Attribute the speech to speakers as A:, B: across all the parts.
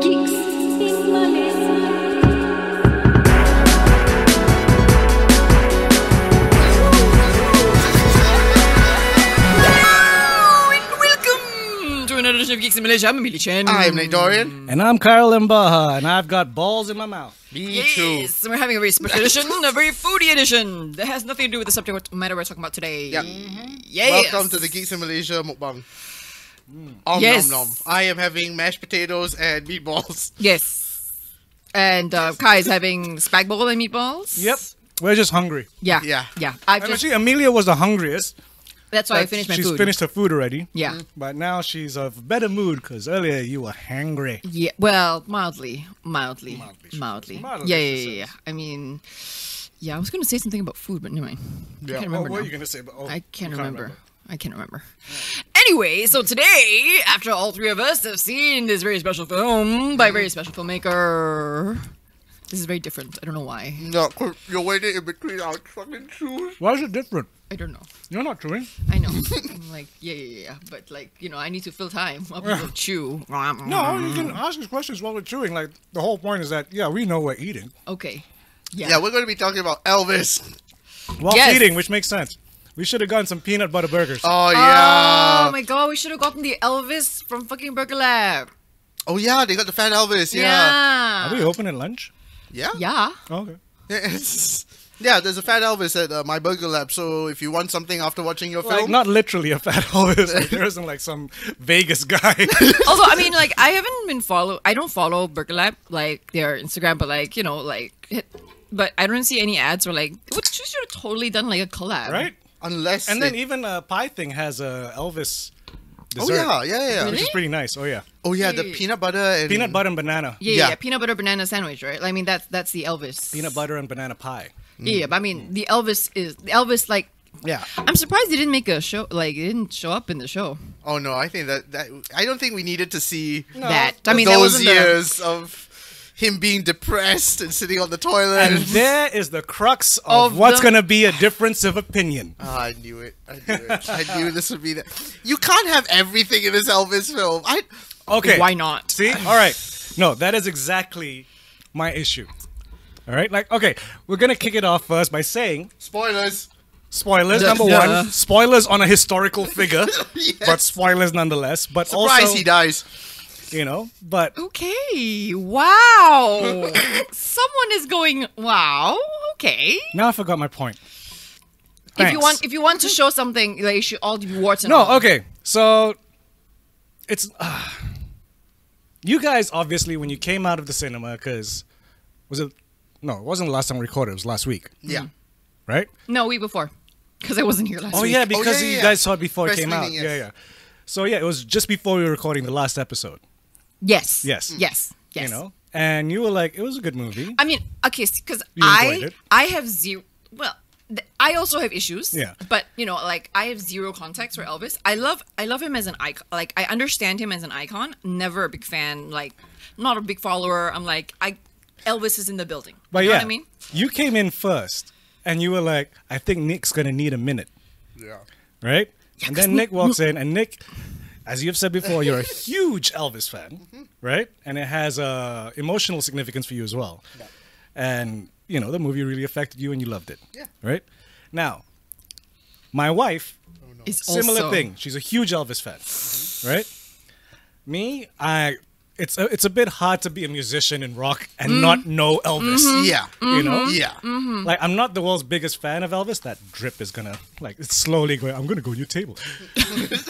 A: Geeks in Malaise.
B: Welcome to another edition of Geeks in Malaysia. I'm Amelia Chen.
C: I'm Nate Dorian.
D: Mm-hmm. And I'm Carl Mbaha, and I've got balls in my mouth.
C: Me too.
B: Yes, we're having a very special edition, a very foodie edition that has nothing to do with the subject matter we're talking about today.
C: Yeah.
B: Yes.
C: Welcome to the Geeks in Malaysia mukbang. Om
B: Yes.
C: nom nom. I am having mashed potatoes and meatballs.
B: Yes. And uh, Kai is having spag bowl and meatballs.
D: We're just hungry.
B: Yeah.
C: Yeah.
B: Yeah. I've
D: And
B: just,
D: actually, Amelia was the hungriest.
B: that's why I
D: but
B: finished my
D: she's
B: food.
D: finished her food already.
B: Yeah.
C: Mm-hmm.
D: But now she's of better mood because earlier you were hangry.
B: Yeah. Well, mildly, mildly, mildly.
D: Mildly,
B: yeah,
D: she
B: yeah, yeah, yeah. I mean, yeah. I was going to say something about food, but anyway, I can't remember
D: Oh, what
B: now.
D: were you gonna say? But, oh,
B: I
D: you
B: can't remember. I can't remember. Anyway, so today, after all three of us have seen this very special film by a very special filmmaker, this is very different. I don't know why.
C: No, 'cause you're waiting in between our fucking shoes.
D: Why is it different?
B: I don't know.
D: You're not chewing.
B: I know. I'm like, yeah, yeah, yeah. But like, you know, I need to fill time. I'll be chew.
D: No,
B: Mm-hmm.
D: you can ask us questions while we're chewing. Like the whole point is that yeah, we know we're eating
B: Okay.
C: Yeah.
B: Yeah.
C: we're going to be talking about Elvis.
D: while
B: Yes.
D: eating, which makes sense. We should have gotten some peanut butter burgers.
C: Oh, yeah.
B: Oh my god, we should have gotten the Elvis from fucking Burger Lab.
C: oh, yeah, they got the fat Elvis. Yeah.
B: Yeah.
D: Are we open at lunch?
C: Yeah.
B: Yeah.
D: Oh, okay.
C: Yeah. yeah, there's a fat Elvis at uh, my burger lab. So if you want something after watching your
D: Like
C: film,
D: not literally a fat Elvis. Like, there isn't like some Vegas guy.
B: Although I mean, like I haven't been follow. I don't follow Burger Lab like their Instagram, but like you know, like. It, but I don't see any ads or like. What you should have totally done like a collab,
D: right?
C: unless.
D: And then
C: it-
D: even uh, pie thing has a Elvis
C: oh,
D: dessert,
C: yeah, yeah, yeah.
B: Really?
D: which is pretty nice. Oh yeah,
C: Oh, yeah, the
B: Hey.
C: peanut butter and.
D: peanut butter and banana,
B: Yeah, yeah,
C: Yeah.
B: yeah, peanut butter banana sandwich, right? I mean, that's that's the Elvis.
D: peanut butter and banana pie.
B: Yeah, yeah, but I mean, the Elvis is the Elvis. Like,
D: Yeah,
B: I'm surprised they didn't make a show. Like, it didn't show up in the show.
C: Oh, no, I think that, that. I don't think we needed to see.
B: That I mean, that
C: those
B: wasn't the-
C: years of him being depressed and sitting on the toilet.
D: and there is the crux of,
B: Of
D: what's
B: the-
D: gonna be a difference of opinion.
C: Ah, I knew it. I knew it. I knew this would be that. You can't have everything in this Elvis film. I
D: Okay,
B: Why not?
D: See, all right, no, that is exactly my issue. All right, like okay, we're gonna kick it off first by saying
C: spoilers.
D: spoilers.
B: Duh.
D: number
B: Duh.
D: one, spoilers on a historical figure,
C: Yes.
D: but spoilers nonetheless. But
C: Surprise!
D: also,
C: he dies.
D: you know, but
B: Okay. Wow. Someone is going. Wow. Okay.
D: now I forgot my point.
B: If you
D: Thanks.
B: want, if you want to show something, like, you should all be warts and all.
D: No, okay. So it's uh, you guys obviously when you came out of the cinema because was it no it wasn't the last time we recorded it was last week
C: Yeah.
D: right
B: No, week before, because I wasn't here last
D: oh
B: week.
D: yeah because
C: yeah,
D: you
C: yeah.
D: guys saw it before
C: Press
D: it came out
C: screening,
D: yeah
C: yes.
D: yeah so yeah it was just before we were recording the last episode
B: Yes. Mm.
D: Yes.
B: Yes. Yes.
D: you know and you were like it was a good movie
B: I mean, okay, because
D: You
B: I
D: enjoyed it.
B: I have zero. Well, th- I also have issues.
D: Yeah.
B: But you know, like I have zero context for Elvis. I love I love him as an icon. Like I understand him as an icon. Never a big fan. Like not a big follower. I'm like I. Elvis is in the building.
D: but
B: you know
D: yeah
B: what I mean.
D: you came in first and you were like I think Nick's gonna need a minute
C: Yeah.
D: right? and then Nick walks in, and Nick, as you've said before, you're a huge Elvis fan, right? And it has uh, emotional significance for you as well. And you know the movie really affected you, and you loved it,
C: Yeah.
D: right? Now, my wife,
B: It's
D: similar
B: also-
D: thing. She's a huge Elvis fan, right? Me, I. It's a, it's a bit hard to be a musician in rock and not know Elvis.
C: Yeah.
D: Mm-hmm.
C: Mm-hmm.
D: You know? Mm-hmm.
C: Yeah.
D: Like I'm not the world's biggest fan of Elvis. That drip is gonna like it's slowly going. I'm gonna go on your table.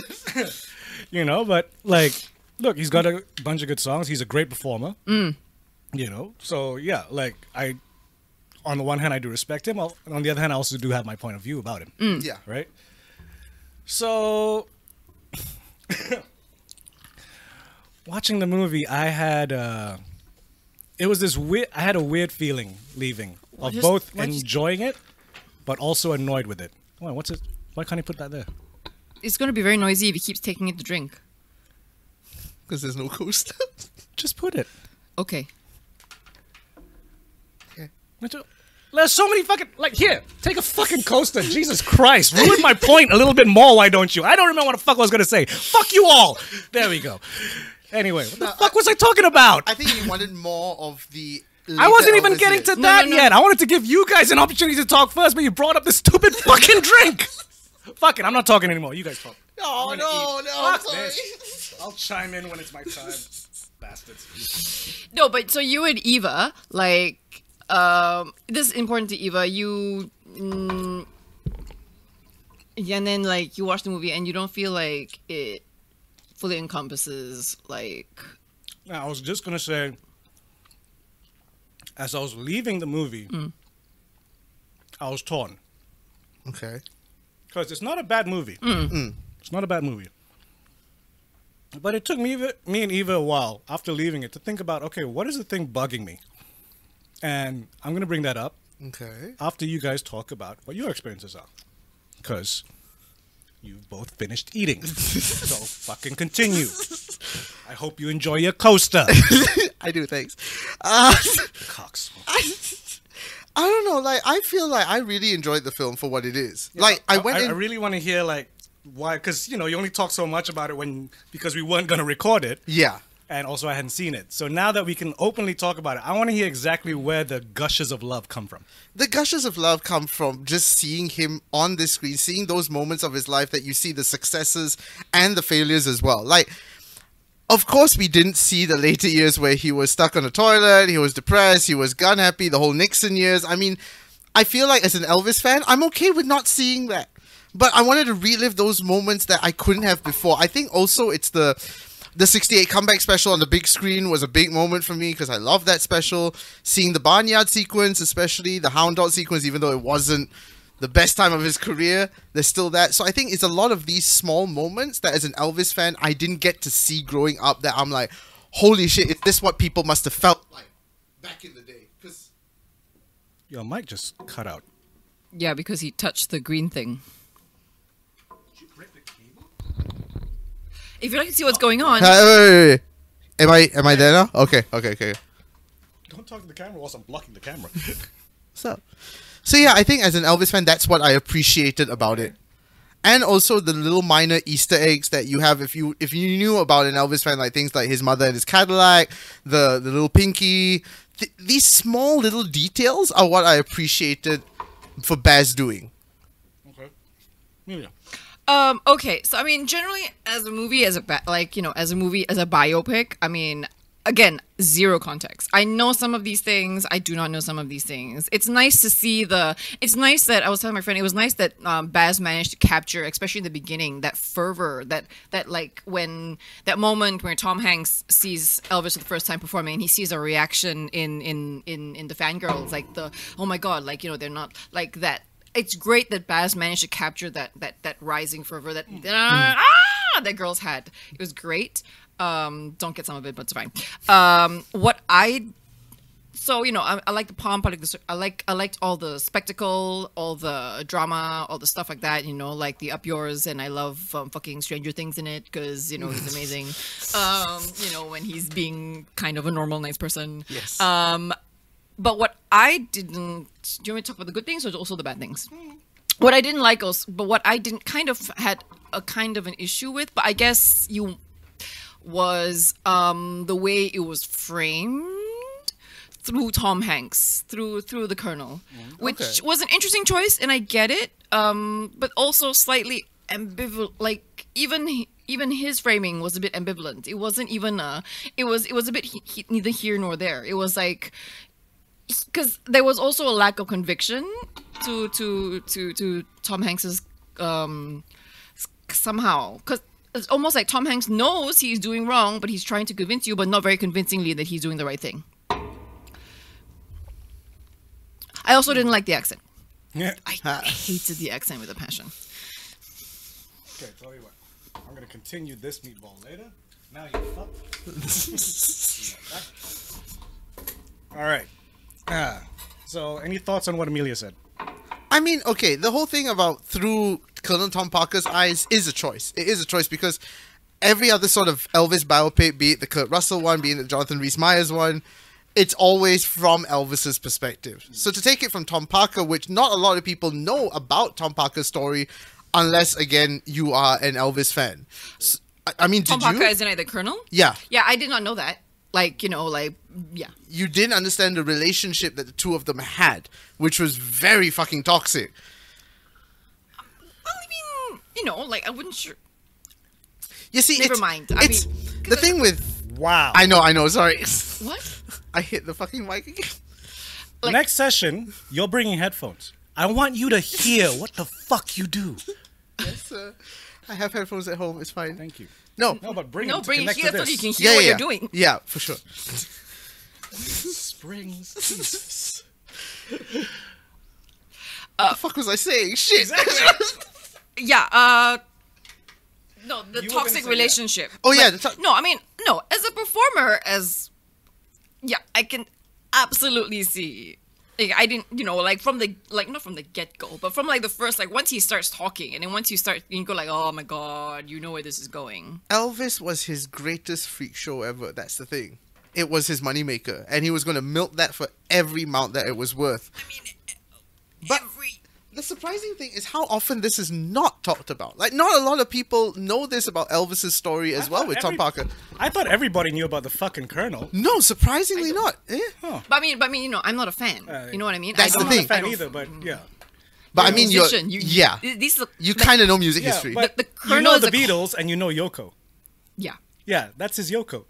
D: you know, but like, look, he's got a bunch of good songs. He's a great performer. You know, so yeah, like I, on the one hand, I do respect him. I'll, on the other hand, I also do have my point of view about him.
C: Mm. Yeah.
D: Right. So, watching the movie, I had uh, it was this weird. I had a weird feeling leaving of
B: just-
D: both
B: why just-
D: enjoying it, but also annoyed with it. Why? What's it? Why can't you put that there?
B: It's going to be very noisy if he keeps taking it to drink.
C: Because there's no coaster.
D: Just put it.
B: Okay.
D: What do- There's so many fucking like here. Take a fucking coaster. Jesus Christ, ruin my point a little bit more. Why don't you? I don't remember what the fuck I was gonna say. Fuck you all. There we go. Anyway, what the fuck was I talking about?
C: I think you wanted more of the.
D: I wasn't
C: later
D: even
C: Elvis
D: getting
C: years.
D: to
B: No,
D: that
B: no, no.
D: yet. I wanted to give you guys an opportunity to talk first, but you brought up this stupid fucking drink. Fuck it, I'm not talking anymore. You guys talk.
C: Oh no, no, I'm sorry.
D: I'll chime in when it's my time. Bastards.
B: No, but so you and Eva, like, um, this is important to Eva. You, mm, yeah, and then like you watch the movie and you don't feel like it fully encompasses like.
D: Now, I was just gonna say, as I was leaving the movie,
B: Mm.
D: I was torn
C: Okay.
D: because it's not a bad movie. It's not a bad movie. But it took me, Eva- me and Eva a while after leaving it to think about okay, what is the thing bugging me? And I'm gonna bring that up
C: Okay.
D: after you guys talk about what your experiences are, because you've both finished eating. so fucking continue. I hope you enjoy your coaster.
C: I do. Thanks. Uh,
D: Cox.
C: I, I don't know. Like, I feel like I really enjoyed the film for what it is. like, I, went
D: I,
C: in.
D: really want to hear like why, because you know you only talk so much about it when because we weren't going to record it,
C: yeah.
D: and also I hadn't seen it. So now that we can openly talk about it, I want to hear exactly where the gushes of love come from.
C: The gushes of love come from just seeing him on the screen, seeing those moments of his life that you see the successes and the failures as well. Like, of course, we didn't see the later years where he was stuck on a toilet, he was depressed, he was gun happy, the whole Nixon years. I mean, I feel like as an Elvis fan, I'm okay with not seeing that. But I wanted to relive those moments that I couldn't have before. I think also it's the the 68 comeback special on the big screen was a big moment for me because I love that special. Seeing the barnyard sequence, especially the hound dog sequence, even though it wasn't the best time of his career. There's still that. So I think it's a lot of these small moments that as an Elvis fan I didn't get to see growing up that I'm like, holy shit, is this what people must have felt like back in the day? Because
D: Your mic just cut out.
B: Yeah, because he touched the green thing. If you'd like to see what's going on,
C: Hey, wait, wait, wait. Am I am I there now? Okay, okay, okay.
D: Don't talk to the camera whilst I'm blocking the camera.
C: What's up? So yeah, I think as an Elvis fan, that's what I appreciated about it, and also the little minor Easter eggs that you have if you if you knew about an Elvis fan, like things like his mother and his Cadillac, the the little pinky. Th- these small little details are what I appreciated for Baz doing.
D: okay. Yeah.
B: Um, okay, so I mean, generally, as a movie, as a ba- like you know, as a movie, as a biopic, I mean, again, zero context. I know some of these things. I do not know some of these things. It's nice to see the. It's nice that I was telling my friend. It was nice that um, Baz managed to capture, especially in the beginning, that fervor that that like when that moment where Tom Hanks sees Elvis for the first time performing, and he sees a reaction in in in in the fangirls, like the oh my god, like you know, they're not like that it's great that Baz managed to capture that that that rising fervor that ah, that girls had. It was great. Um, don't get some of it, but it's fine. Um, what I so you know, I, I like the pomp. I like, the, cir- I like I liked all the spectacle, all the drama, all the stuff like that. You know, like the up yours, and I love um, fucking Stranger Things in it because you know he's amazing. um, you know when he's being kind of a normal, nice person.
C: Yes.
B: Um, but what I didn't. Do you want me to talk about the good things or also the bad things? What I didn't like, also, but what I didn't kind of had a kind of an issue with, but I guess you was um, the way it was framed through Tom Hanks, through through the Colonel, which
C: Okay.
B: was an interesting choice, and I get it, um, but also slightly ambivalent. Like even h- even his framing was a bit ambivalent. It wasn't even a. It was it was a bit he, he, neither here nor there. It was like because there was also a lack of conviction to to to to Tom Hanks's um s- somehow because it's almost like Tom Hanks knows he's doing wrong, but he's trying to convince you, but not very convincingly that he's doing the right thing. I also didn't like the accent.
D: Yeah.
B: I hated the accent with a passion.
D: Okay, tell you what. I'm gonna continue this meatball later. Now you fuck. All right. Ah, so, any thoughts on what Amelia said?
C: I mean, okay, the whole thing about through Colonel Tom Parker's eyes is a choice. It is a choice because every other sort of Elvis biopic, be it the Kurt Russell one, be it the Jonathan Rhys Meyers one, it's always from Elvis's perspective. So to take it from Tom Parker, which not a lot of people know about Tom Parker's story, unless again you are an Elvis fan. S- I- I mean,
B: Tom
C: did
B: Parker
C: you?
B: isn't it the Colonel?
C: Yeah.
B: Yeah, I did not know that. Like, you know, like, yeah.
C: you didn't understand the relationship that the two of them had, which was very fucking toxic.
B: Well, I mean, you know, like, I wouldn't sure.
C: You see,
B: Never
C: it's,
B: mind. I
C: It's
B: mean, 'cause
C: the
B: I-
C: thing with.
D: Wow.
C: I know, I know. Sorry,
B: What?
C: I hit the fucking mic again.
B: like-
D: Next session, you're bringing headphones. I want you to hear what the fuck you do.
C: Yes, uh, I have headphones at home. It's fine.
D: Thank you.
C: No,
D: No, but bring
B: no,
D: them to
B: bring it
D: connect
B: here
D: to
B: so
D: this.
B: you can hear
C: yeah, yeah,
B: what
C: yeah.
B: you're doing.
C: Yeah, for sure.
D: Springs. Jesus.
B: Uh,
C: the fuck was I saying? Shit.
B: Yeah, uh, no, the
D: You were gonna
B: toxic
D: say,
B: relationship.
C: oh yeah. The to-
B: No, I mean, no, as a performer, as, yeah, I can absolutely see. Like, I didn't, you know, like from the, like not from the get go, but from like the first, like once he starts talking, and then once you start, you go like, oh my god, you know where this is going.
C: Elvis was his greatest freak show ever. That's the thing. It was his moneymaker, and he was going to milk that for every amount that it was worth.
B: I mean,
C: But-
B: every
C: The surprising thing is how often this is not talked about. Like, not a lot of people know this about Elvis's story as well with Tom
D: Every-
C: Parker.
D: I thought everybody knew about the fucking colonel.
C: No, surprisingly not. Eh?
B: But I mean, but I mean, you know, I'm not a fan.
D: Uh,
B: you know what I mean?
C: that's
B: I
C: the
B: don't,
C: thing.
B: I
D: Fan
B: don't
D: either, but yeah.
C: But I mean, you're,
B: musician, you,
C: yeah,
B: th- These are,
C: you
B: like,
C: kind of know music
D: yeah
C: history.
D: but
B: The- the
D: you
B: colonel
D: know
B: is
D: the
B: a c-
D: Beatles and you know Yoko.
B: yeah,
D: Yeah, that's his Yoko.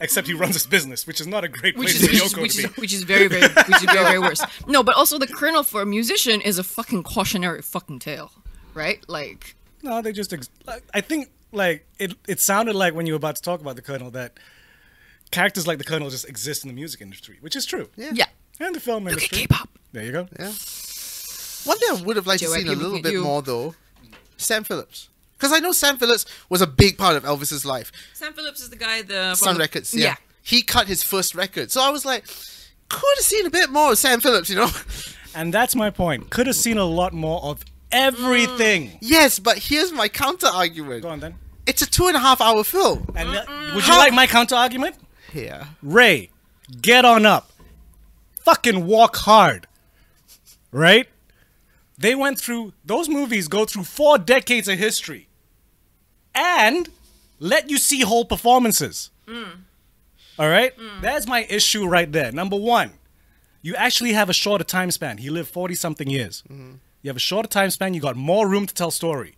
D: Except he runs his business, which is not a great
B: which
D: place
B: is
D: for
B: which
D: Yoko
B: is, which,
D: to
B: is
D: be.
B: which is very very which is very very worse. No, but also the kernel for a musician is a fucking cautionary fucking tale, right? Like,
D: No, they just. Ex- like, I think like it. It sounded like when you were about to talk about the Colonel that characters like the Colonel just exist in the music industry, which is true.
C: Yeah.
B: yeah,
D: And the film
B: look at
D: industry.
B: K-pop.
D: There you go.
C: yeah. One thing I would have liked to
B: JYP
C: seen a little
B: looking at
C: bit
B: you.
C: more, though, Sam Phillips. Because I know Sam Phillips was a big part of Elvis's life.
B: Sam Phillips is the guy the
C: Sun Records, yeah. He cut his first record. So I was like, could have seen a bit more of Sam Phillips, you know?
D: And that's my point. Could have seen a lot more of everything.
B: Mm.
C: yes, but here's my counter argument.
D: Go on then.
C: It's a two and a half hour film.
D: And that- would you like my counter argument?
C: Yeah.
D: Ray, get on up. Fucking walk hard. Right? They went through, those movies go through four decades of history and let you see whole performances. All right? There's my issue right there. Number one, you actually have a shorter time span. He lived 40 something years. You have a shorter time span, you got more room to tell story.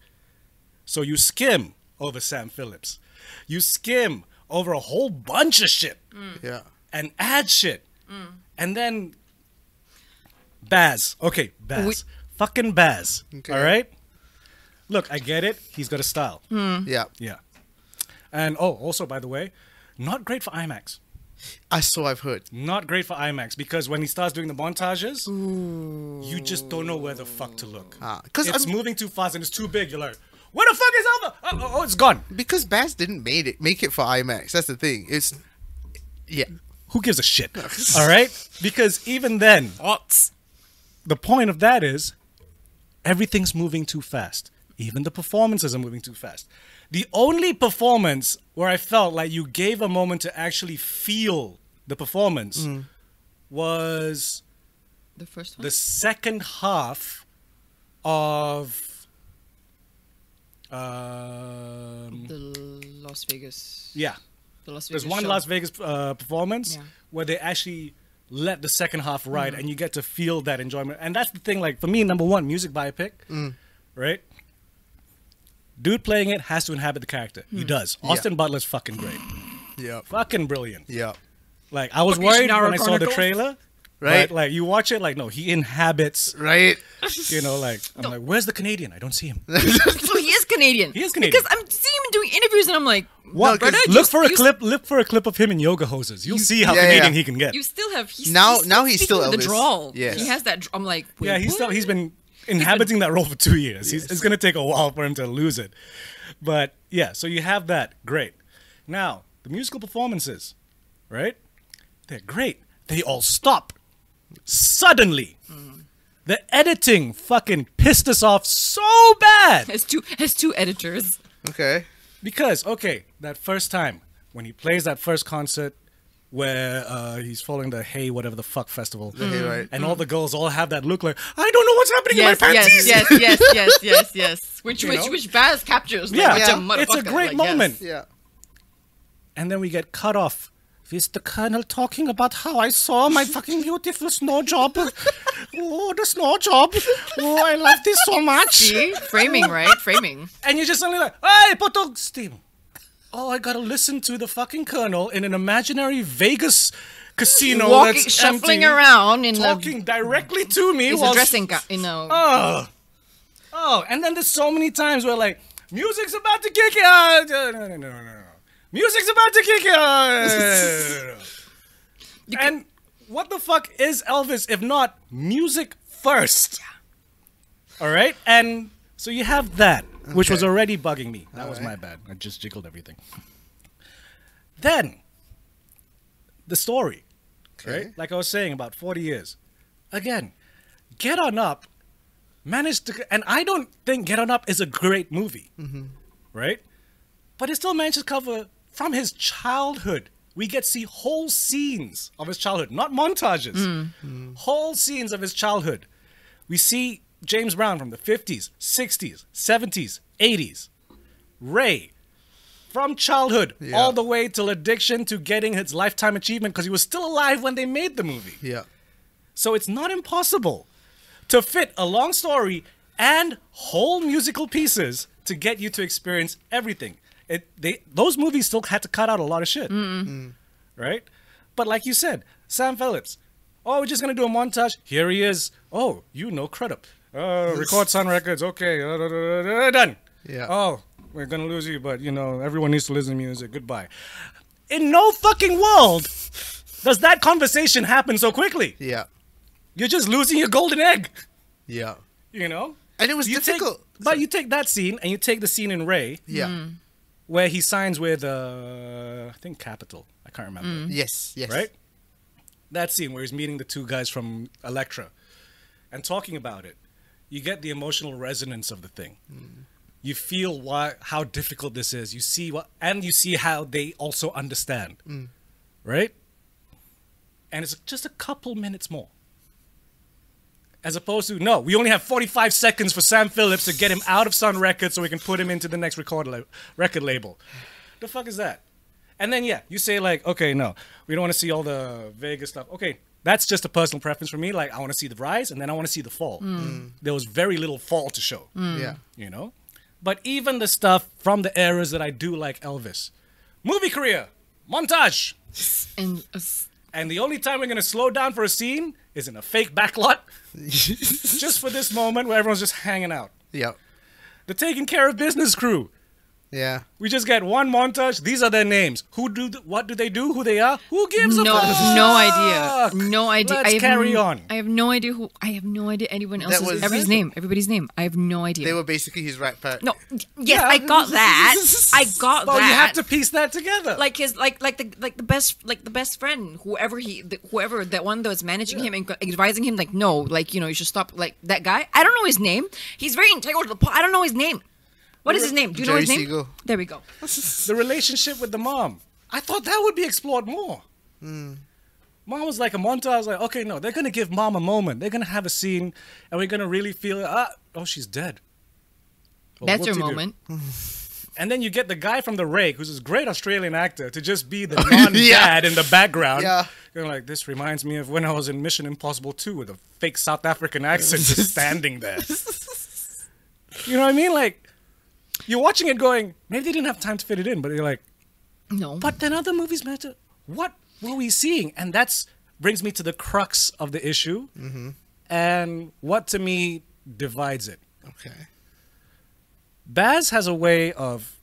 D: So you skim over Sam Phillips. You skim over a whole bunch of shit
C: Yeah.
D: and add shit. And then Baz. Okay, Baz.
B: We-
D: Fucking Baz.
C: Okay.
D: All right? Look, I get it. He's got a style.
C: Yeah.
D: Yeah. And oh, also, by the way, not great for IMAX.
C: I so I've heard.
D: Not great for IMAX because when he starts doing the montages, you just don't know where the fuck to look.
C: Ah, 'cause
D: it's
C: I'm-
D: moving too fast and it's too big. You're like, where the fuck is Alpha? Oh, oh, oh, it's gone.
C: Because Baz didn't made it make it for IMAX. That's the thing. It's yeah.
D: Who gives a shit? All right? Because even then,
B: What?
D: the point of that is everything's moving too fast. Even the performances are moving too fast. The only performance where I felt like you gave a moment to actually feel the performance was
B: The first one.
D: the second half of um,
B: the Las Vegas.
D: yeah.
B: The Las Vegas.
D: There's one
B: show.
D: Las Vegas uh, performance
B: Yeah. Mm.
D: where they actually let the second half ride and you get to feel that enjoyment. And that's the thing, like for me, number one, music biopic,
B: Mm.
D: right? Dude playing it has to inhabit the character. He
B: Mm.
D: does. Austin Butler's fucking great.
C: Yeah.
D: fucking brilliant.
C: Yeah.
D: Like I was
B: Fucking
D: worried
B: Shannara
D: when I saw the
B: Chronicles.
D: trailer.
C: Right.
D: but, like you watch it, like no, he inhabits.
C: Right.
D: You know, like I'm like, where's the Canadian? I don't see him.
B: So he is Canadian.
D: He is Canadian.
B: Because I'm seeing him doing interviews, and I'm like,
D: What?
B: brother, you-
D: look for a
B: you-
D: clip. Look for a clip of him in yoga hoses. You'll see how
C: Yeah, yeah,
D: Canadian
C: yeah.
D: he can get.
B: You still have he's,
C: Now-
B: he's
C: now he's
B: speaking
C: still
B: with
C: Elvis.
B: the drawl.
C: Yes.
B: he has that. dr- I'm like, wait,
D: Yeah, he's still
B: what?
D: he's been inhabiting that role for two years. He's, it's going to take a while for him to lose it, but yeah. So you have that. Great. Now the musical performances, right? They're great. They all stop suddenly.
B: Hmm.
D: The editing fucking pissed us off so bad
B: has two has two editors.
C: Okay.
D: because okay, that first time when he plays that first concert where uh, he's following the Hey Whatever the Fuck festival.
C: Hey, right.
D: And all the girls all have that look like, I don't know what's happening
B: Hmm. Yes,
D: in my
B: yes,
D: panties.
B: yes, yes, yes, yes, yes. Which
D: You
B: which
D: know?
B: which Baz captures. Like,
D: Yeah.
B: which
C: Yeah.
D: It's a
B: motherfucker,
D: great
B: like, yes.
D: moment.
C: Yeah.
D: And then we get cut off. Is the colonel talking about how I saw my fucking beautiful snow job? oh, the snow job. Oh, I love this so much.
B: See? Framing, right? Framing.
D: And you're just suddenly like, hey, Potong Steam. Oh, I gotta listen to the fucking colonel in an imaginary Vegas casino
B: Walking,
D: that's
B: shuffling
D: empty,
B: around in
D: talking directly to me
B: the, is
D: while
B: a dressing gown. You know,
D: Oh, oh, and then there's so many times where like music's about to kick in. Uh, no, no, no, no, no, no. Music's about to kick in. Uh, and what the fuck is Elvis if not music first? All right, and so you have that, which was
C: Okay.
D: already bugging me. That was my bad. I just jiggled everything. Then the story,
C: Okay.
D: right? Like I was saying, about 40 years. Again, Get On Up managed to, and I don't think Get On Up is a great movie,
C: Mm-hmm.
D: right? But it still managed to cover from his childhood. We get see whole scenes of his childhood, not montages.
C: Mm.
D: Whole scenes of his childhood. We see James Brown from the 50s, 60s, 70s, 80s. Ray from childhood
C: Yeah.
D: all the way till addiction to getting his lifetime achievement because he was still alive when they made the movie.
C: Yeah.
D: So it's not impossible to fit a long story and whole musical pieces to get you to experience everything. It, they, those movies still had to cut out a lot of shit. Mm-hmm. Right? But like you said, Sam Phillips. Oh, we're just going to do a montage. Here he is. Oh, you know credit. Uh, record Sun Records. Okay. Uh, da, da, da, da, Done.
C: Yeah.
D: Oh, we're going to lose you, but you know, everyone needs to listen to music. Goodbye. In no fucking world does that conversation happen so quickly.
C: Yeah.
D: You're just losing your golden egg,
C: Yeah.
D: you know?
C: And it was
D: You take-
C: difficult.
D: but you take that scene and you take the scene in Ray
C: Yeah.
D: where he signs with, uh, I think, Capital. I can't remember.
C: Yes. Mm. Yes.
D: Right? That scene where he's meeting the two guys from Elektra and talking about it. You get the emotional resonance of the thing.
C: Mm.
D: You feel why, how difficult this is. You see what, and you see how they also understand.
C: Mm.
D: Right? And it's just a couple minutes more. As opposed to, no, we only have 45 seconds for Sam Phillips to get him out of Sun Records so we can put him into the next record la- record label. The fuck is that? And then, yeah, you say, like, okay, no, we don't want to see all the Vegas stuff. Okay, that's just a personal preference for me. Like, I want to see the rise and then I want to see the fall. There was very little fall to show
C: Yeah.
D: you know. But even the stuff from the eras that I do like Elvis, movie career, montage,
B: and uh, s-
D: and the only time we're gonna slow down for a scene is in a fake backlot,
C: Mm.
D: just for this moment where everyone's just hanging out.
C: Yeah.
D: The taking care of business crew.
C: Yeah.
D: We just get one montage. These are their names. Who do th- what do they do? Who they are? Who gives
B: no,
D: a fuck?
B: no idea, no idea.
D: Let's
B: I have
D: carry
B: n-
D: on.
B: I have no idea who. I have no idea anyone else's.
C: was-
B: everybody's name. Everybody's name. I have no idea.
C: They were basically his rat pack.
B: no. Yes, I got that. I got
D: Well,
B: that.
D: you have to piece that together.
B: like his like like the like the best like the best friend whoever he the, whoever that one that was managing him and advising him like no like you know you should stop like that guy I don't know his name he's very integral to the plot I don't know his name what is his name do you know
C: Jerry
B: his name
C: Siegel.
B: there we go
D: Oh, the relationship with the mom. I thought that would be explored more. Mom was like a montage. I was like, okay, no, they're gonna give mom a moment. They're gonna have a scene, and we're gonna really feel, ah, oh, she's dead. Oh,
B: that's your
D: whoop-de-doo.
B: moment
D: And then you get the guy from The Rake, who's this great Australian actor, to just be the non-dad in the background.
C: Yeah.
D: You're like, this reminds me of when I was in Mission Impossible 2 with a fake South African accent just standing there. you know what I mean? Like, you're watching it going, maybe they didn't have time to fit it in, but you're like,
B: no
D: but then other movies matter. What were we seeing? And that's brings me to the crux of the issue, and what to me divides it.
C: Okay.
D: Baz has a way of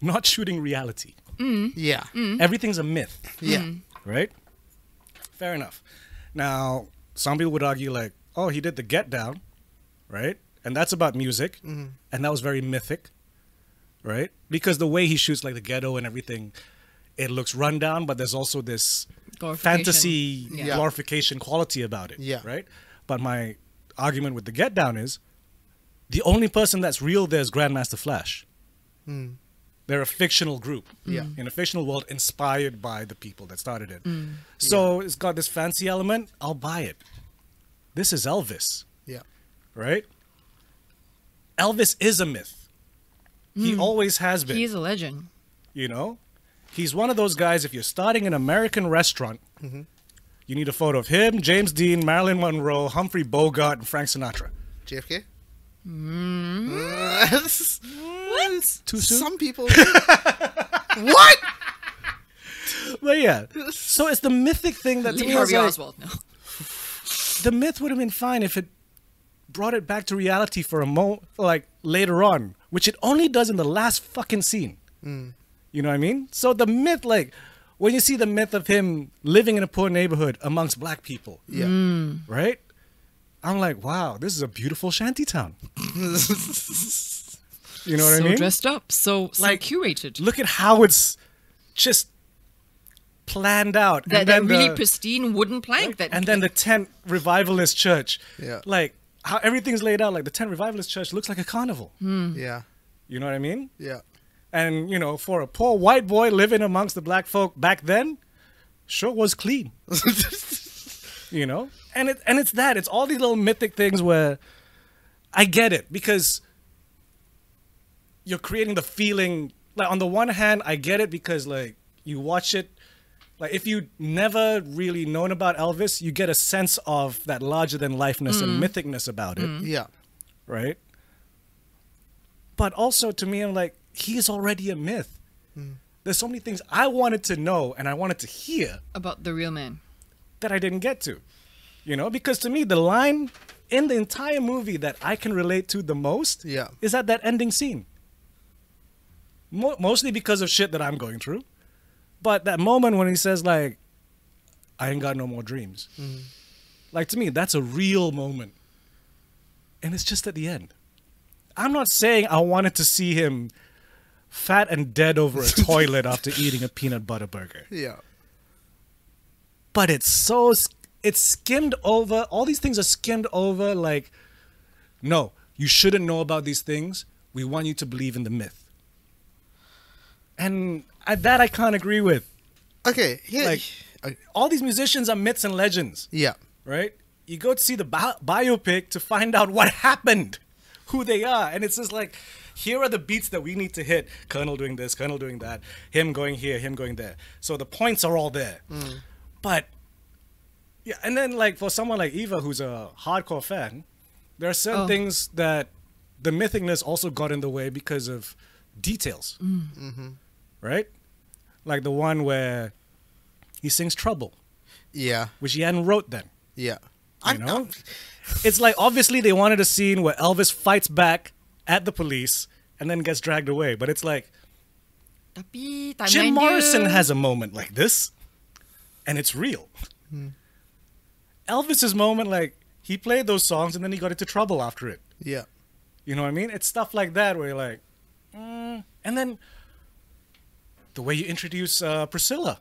D: not shooting reality.
C: Yeah.
B: Mm-hmm.
D: Everything's a myth,
C: Yeah.
D: right? Fair enough. Now, some people would argue like, "Oh, he did the Get Down, right?" And that's about music,
B: Mm-hmm.
D: and that was very mythic, right? Because the way he shoots like the ghetto and everything, it looks rundown, but there's also this
B: Glorification.
D: fantasy
B: Yeah.
C: Yeah.
D: glorification quality about it,
C: Yeah.
D: right? But my argument with the Get Down is the only person that's real there is Grandmaster Flash. They're a fictional group yeah. in a fictional world inspired by the people that started it. So it's got this fancy element. I'll buy it. This is Elvis,
C: Yeah.
D: right? Elvis is a myth. He always has been.
B: He is a legend.
D: You know, he's one of those guys. If you're starting an American restaurant, you need a photo of him, James Dean, Marilyn Monroe, Humphrey Bogart, and Frank Sinatra.
C: JFK?
B: What?
D: Too soon.
C: Mm. Some people. what?
D: but yeah, so it's the mythic thing that to
B: Lee
D: me was
B: Harvey
D: like,
B: Oswald. No.
D: the myth would have been fine if it brought it back to reality for a mo like later on, which it only does in the last fucking scene. You know what I mean? So the myth, like when you see the myth of him living in a poor neighborhood amongst black people,
C: Yeah.
D: right? I'm like, wow, this is a beautiful shanty town. you know
B: so
D: what I mean?
B: dressed up, so like
D: Like-
B: curated.
D: Look at how it's just planned out.
B: that, that really
D: the-
B: pristine wooden plank that
D: and then the tent revivalist church.
C: Yeah.
D: Like how everything's laid out, like the tent revivalist church looks like a carnival.
C: Hmm. Yeah.
D: You know what I mean?
C: Yeah.
D: And you know, for a poor white boy living amongst the black folk back then, sure was clean. you know? And it and it's that. It's all these little mythic things where I get it because you're creating the feeling like on the one hand I get it because like you watch it like if you never really known about Elvis, you get a sense of that larger than lifeness and mythicness about it
C: Yeah.
D: right? But also to me, I'm like, he is already a myth. There's so many things I wanted to know and I wanted to hear
B: about the real man.
D: that I didn't get to. You know, because to me, the line in the entire movie that I can relate to the most
C: Yeah.
D: is at that ending scene. Mo- mostly because of shit that I'm going through. But that moment when he says, like, I ain't got no more dreams. Like, to me, that's a real moment. And it's just at the end. I'm not saying I wanted to see him fat and dead over a toilet after eating a peanut butter burger
C: Yeah.
D: but it's so sk- it's skimmed over all these things are skimmed over like no you shouldn't know about these things we want you to believe in the myth and I, that i can't agree with
C: Okay. Here.
D: like
C: okay,
D: all these musicians are myths and legends
C: yeah.
D: right you go to see the bi- biopic to find out what happened who they are and it's just like here are the beats that we need to hit colonel doing this colonel doing that him going here him going there so the points are all there but yeah, and then like for someone like Eva, who's a hardcore fan, there are certain
B: Oh.
D: things that the mythicness also got in the way because of details, right? Like the one where he sings "Trouble,"
C: Yeah.
D: which he hadn't wrote then.
C: Yeah.
D: You know, it's like obviously they wanted a scene where Elvis fights back at the police and then gets dragged away, but it's like
B: Tapi,
D: Jim
B: tangan
D: Morrison
B: dia.
D: has a moment like this, and it's real. Elvis's moment, like he played those songs and then he got into trouble after it.
C: Yeah.
D: You know what I mean? It's stuff like that where you're like, mm. and then the way you introduce uh, Priscilla,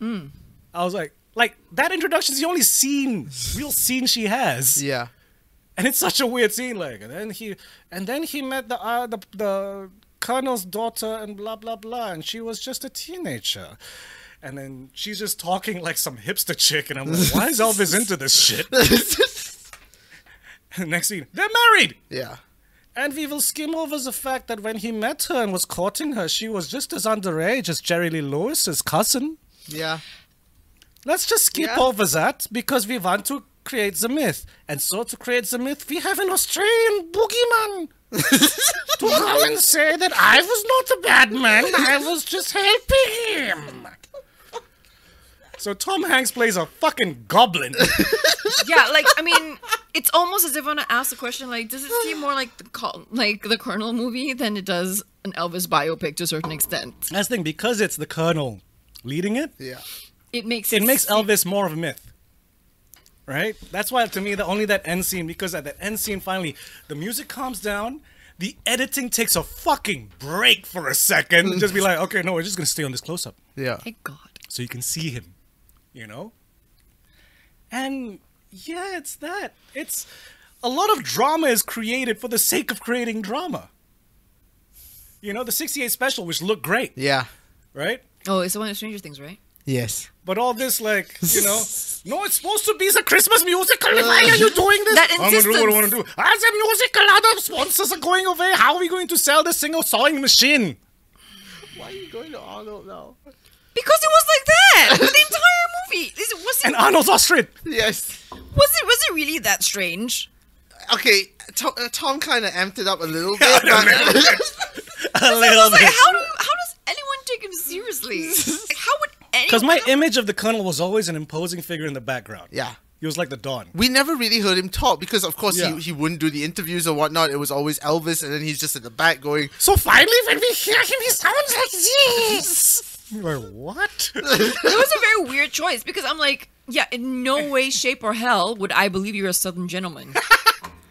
D: I was like, like that introduction's the only scene, real scene she has
C: Yeah.
D: and it's such a weird scene like and then he and then he met the uh, the, the colonel's daughter and blah blah blah and she was just a teenager and then she's just talking like some hipster chick and i'm like why is elvis into this shit and next scene they're married
C: Yeah.
D: and we will skim over the fact that when he met her and was courting her she was just as underage as jerry lee lewis's cousin
C: Yeah.
D: Let's just skip
C: Yeah.
D: over that because we want to create the myth. And so to create the myth, we have an Australian boogeyman to come and say that I was not a bad man, I was just helping him. So Tom Hanks plays a fucking goblin.
B: yeah, like I mean, it's almost as if I want to ask the question: like, does it seem more like the col- like the Colonel movie than it does an Elvis biopic to a certain extent?
D: That's the thing, because it's the colonel leading it,
C: Yeah.
B: It makes
D: it makes
B: seem-
D: Elvis more of a myth. Right? That's why to me the only that end scene because at that end scene finally the music calms down, the editing takes a fucking break for a second and just be like, okay, no, we're just gonna stay on this close up
C: Yeah.
B: Thank God.
D: so you can see him, you know? And yeah, it's that. It's a lot of drama is created for the sake of creating drama. You know, the 68 special, which looked great,
C: Yeah.
D: right?
B: Oh, it's the one of Stranger Things, right?
C: Yes.
D: But all this, like, you know, no, it's supposed to be a Christmas musical. Why are you doing this?
B: That
D: I'm gonna do what I want
B: insistence.
D: to do. As a musical, other sponsors are going away. How are we going to sell this single sewing machine?
C: Why are you going to Arnold now?
B: Because it was like that the entire movie. Is it was it
D: And Arnold's Austrian.
C: Yes.
B: was it was it really that strange?
C: Okay, Tom, uh, Tom kind of amped it up a little bit. but-
D: A little
B: Like how do- how does anyone take him seriously? Like, how would anyone?
D: Because my image of the Colonel was always an imposing figure in the background.
C: Yeah.
D: He was like the Don.
C: we never really heard him talk because, of course,
D: Yeah.
C: he, he wouldn't do the interviews or whatnot. It was always Elvis, and then he's just at the back going,
D: So finally, when we hear him, he sounds like this. You're like, what?
B: it was a very weird choice because I'm like, yeah, in no way, shape, or hell would I believe you're a Southern gentleman.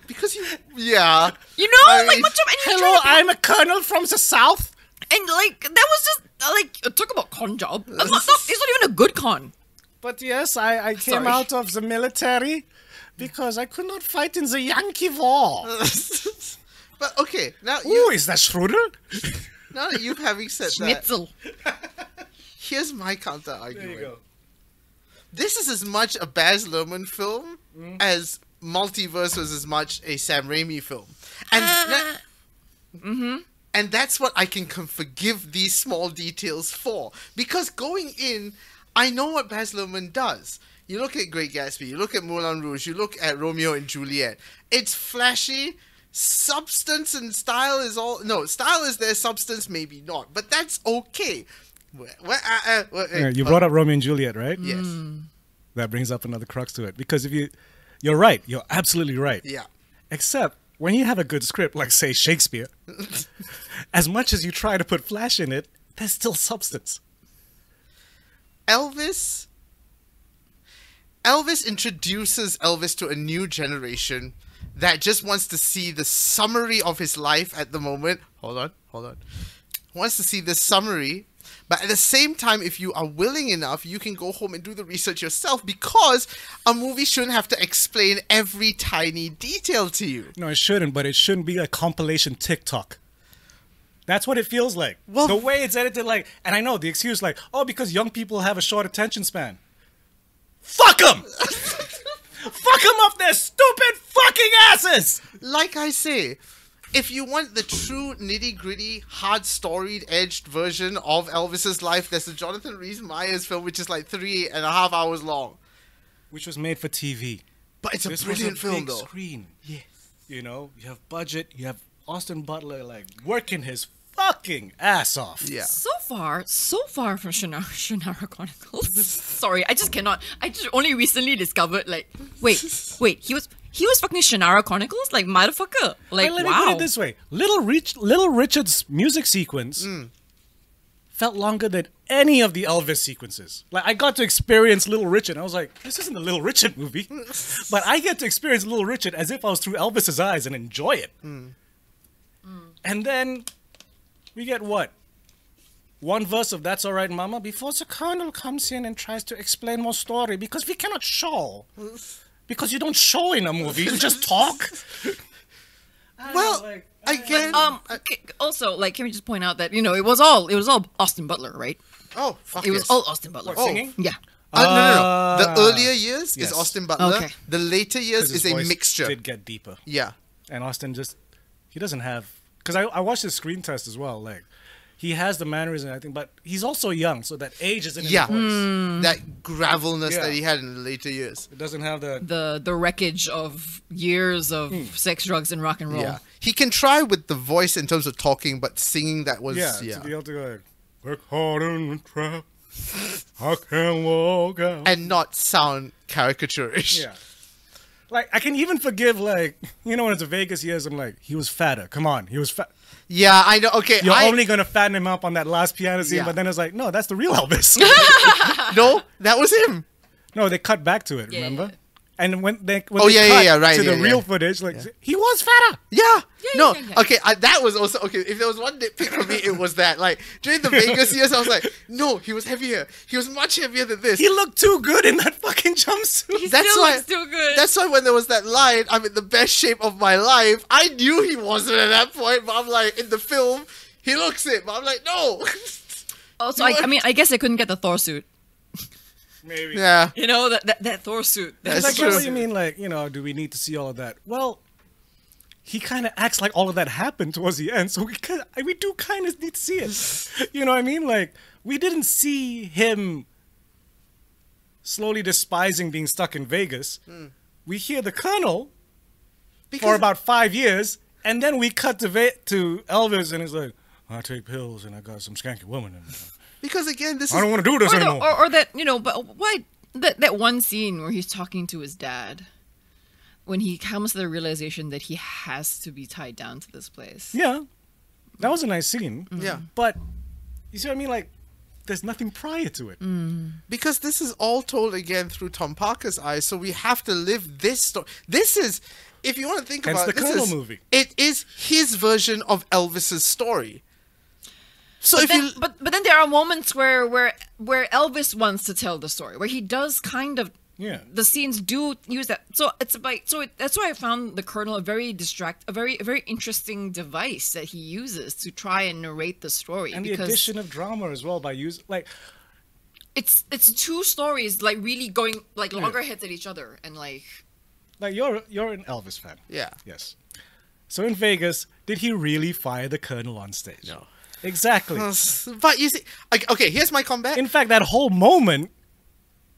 C: because you, yeah.
B: You know,
C: I
B: like
C: mean,
B: what you- and you're
D: Hello,
B: trying
D: I'm a Colonel from the South.
B: to- and like that was just uh, like talk about con job. That's not- not- it's not even a good con.
D: But yes, I, I came
B: Sorry.
D: out of the military because I could not fight in the Yankee War.
C: but okay, now
D: Ooh,
C: Uh, you,
D: is that Strudel?
C: now that you've having said that,
B: Schnitzel.
C: here's my counter argument. This is as much a Baz Luhrmann film
D: Mm.
C: as Multiverse was as much a Sam Raimi film, and that-
D: Mm-hmm.
C: and that's what I can com- forgive these small details for because going in, I know what Baz Luhrmann does. You look at Great Gatsby, you look at Moulin Rouge, you look at Romeo and Juliet. It's flashy. Substance and style is all no style is there. Substance maybe not, but that's okay. Where, where, uh, uh, where-
D: You brought up Romeo and Juliet, right?
C: yes,
D: That brings up another crux to it because if you, you're right, you're absolutely right.
C: yeah.
D: Except when you have a good script, like say Shakespeare, as much as you try to put flash in it, there's still substance.
C: Elvis Elvis introduces Elvis to a new generation that just wants to see the summary of his life at the moment. Hold on, hold on. Wants to see the summary, but at the same time, if you are willing enough, you can go home and do the research yourself because a movie shouldn't have to explain every tiny detail to you.
D: No, it shouldn't, but it shouldn't be a compilation TikTok. That's what it feels like.
C: Well-
D: the way it's edited, like, and I know the excuse, like, oh, because young people have a short attention span. Fuck them! Fuck them off their stupid fucking asses!
C: like I say, if you want the true nitty gritty, hard storied, edged version of Elvis's life, there's the Jonathan Rhys Meyers film, which is like three and a half hours long.
D: Which was made for TV.
C: But it's a
D: This was
C: brilliant film,
D: big
C: though.
D: Screen. Yes. You know, you have budget. You have Austin Butler like working his fucking ass off.
C: Yeah.
B: So far, so far from Shannara, Shannara Chronicles. Sorry, I just cannot. I just only recently discovered. Like, wait, wait, he was he was fucking Shannara Chronicles, like motherfucker. Like,
D: And let
B: wow.
D: me put it this way: Little Rich, Little Richard's music sequence
B: Mm.
D: felt longer than any of the Elvis sequences. Like I got to experience Little Richard. I was like, this isn't a Little Richard movie, but I get to experience Little Richard as if I was through Elvis's eyes and enjoy it.
B: Mm.
D: Mm. And then we get what? One verse of "That's All Right, Mama" before the Colonel comes in and tries to explain more story because we cannot show. Because you don't show in a movie, you just talk.
C: well,
D: like,
C: again,
B: Um. c- Also, like, can we just point out that you know it was all it was all Austin Butler, right?
C: oh fuck,
B: It was
C: yes.
B: all Austin Butler.
D: What, singing?
B: Yeah.
C: Uh, no, no, no. The
D: Ah.
C: earlier years
D: Yes.
C: is Austin Butler.
B: Okay.
C: The later years
D: his
C: is a
D: voice
C: mixture.
D: Did get deeper,
C: Yeah.
D: and Austin just he doesn't have because I, I watched his screen test as well. Like he has the mannerism, I think, but he's also young, so that age isn't in
C: Yeah.
D: his voice.
C: Hmm.
B: Hmm.
C: That gravelness
D: Yeah.
C: that he had in the later years.
D: It doesn't have the
B: The the wreckage of years of
D: Hmm.
B: sex, drugs, and rock and roll.
C: Yeah. He can try with the voice in terms of talking, but singing that was
D: yeah,
C: yeah.
D: to be able to go like, work hard and trap. I can walk out.
C: and not sound caricaturish.
D: yeah. Like I can even forgive like you know when it's a Vegas years I'm like he was fatter come on he was fat
C: Yeah, I know. Okay,
D: you're
C: I,
D: only gonna fatten him up on that last piano scene
C: Yeah.
D: but then it's like no that's the real Elvis
C: no, that was him.
D: No, they cut back to it.
B: Yeah, yeah,
D: remember?
B: yeah.
D: And when they when
C: Oh,
D: they
C: yeah, yeah,
D: cut
C: yeah, right,
D: to the
C: yeah,
D: real
C: yeah.
D: footage, like he was fatter.
C: Yeah.
B: yeah,
C: no.
B: yeah, yeah.
C: Okay, I, that was also okay. If there was one nitpick for me, it was that. Like during the Vegas years, I was like, no, he was heavier. He was much heavier than this.
D: He looked too good in that fucking jumpsuit.
B: He
C: That's
B: still
C: why-
B: looks too good.
C: That's why when there was that line, I'm in the best shape of my life. I knew he wasn't at that point, but I'm like, in the film, He looks it, but I'm like, no.
B: Also, I, I mean, I guess I couldn't get the Thor suit.
D: Maybe.
C: yeah.
B: You know that that, that Thor suit.
C: That's
D: It's like,
C: true.
D: what do you mean? Like, you know, do we need to see all of that? Well, he kind of acts like all of that happened towards the end, so we kind we do kind of need to see it. You know what I mean? Like, we didn't see him slowly despising being stuck in Vegas.
C: Hmm.
D: We hear the colonel for
C: Because-
D: about five years, and then we cut to Ve- to Elvis, and he's like, "I take pills, and I got some skanky woman, and
C: Because again, this
D: I
C: is
D: don't want to do this
B: or, the,
D: anymore."
B: or, or that you know, but what that that one scene where he's talking to his dad when he comes to the realization that he has to be tied down to this place.
D: Yeah. That was a nice scene.
C: Yeah.
D: But you see what I mean? Like, there's nothing prior to it.
C: because this is all told again through Tom Parker's eyes, so we have to live this story. This is, if you want to think
D: Hence
C: about
D: the
C: it, this
D: Colonel
C: is-
D: movie.
C: It is his version of Elvis's story. So if
B: Then-
C: you,
B: but but then there are moments where where where Elvis wants to tell the story, where he does kind of
D: Yeah.
B: the scenes do use that. So it's like so it, that's why I found the Colonel a very distract, a very a very interesting device that he uses to try and narrate the story
D: And the
B: because
D: addition of drama as well by use like
B: it's it's two stories like really going like loggerheads at each other and like
D: like you're you're an Elvis fan.
C: Yeah.
D: Yes. So in Vegas, did he really fire the Colonel on stage?
C: No.
D: Exactly.
C: Oh, but you see, like, okay, here's my comeback.
D: in fact, that whole moment,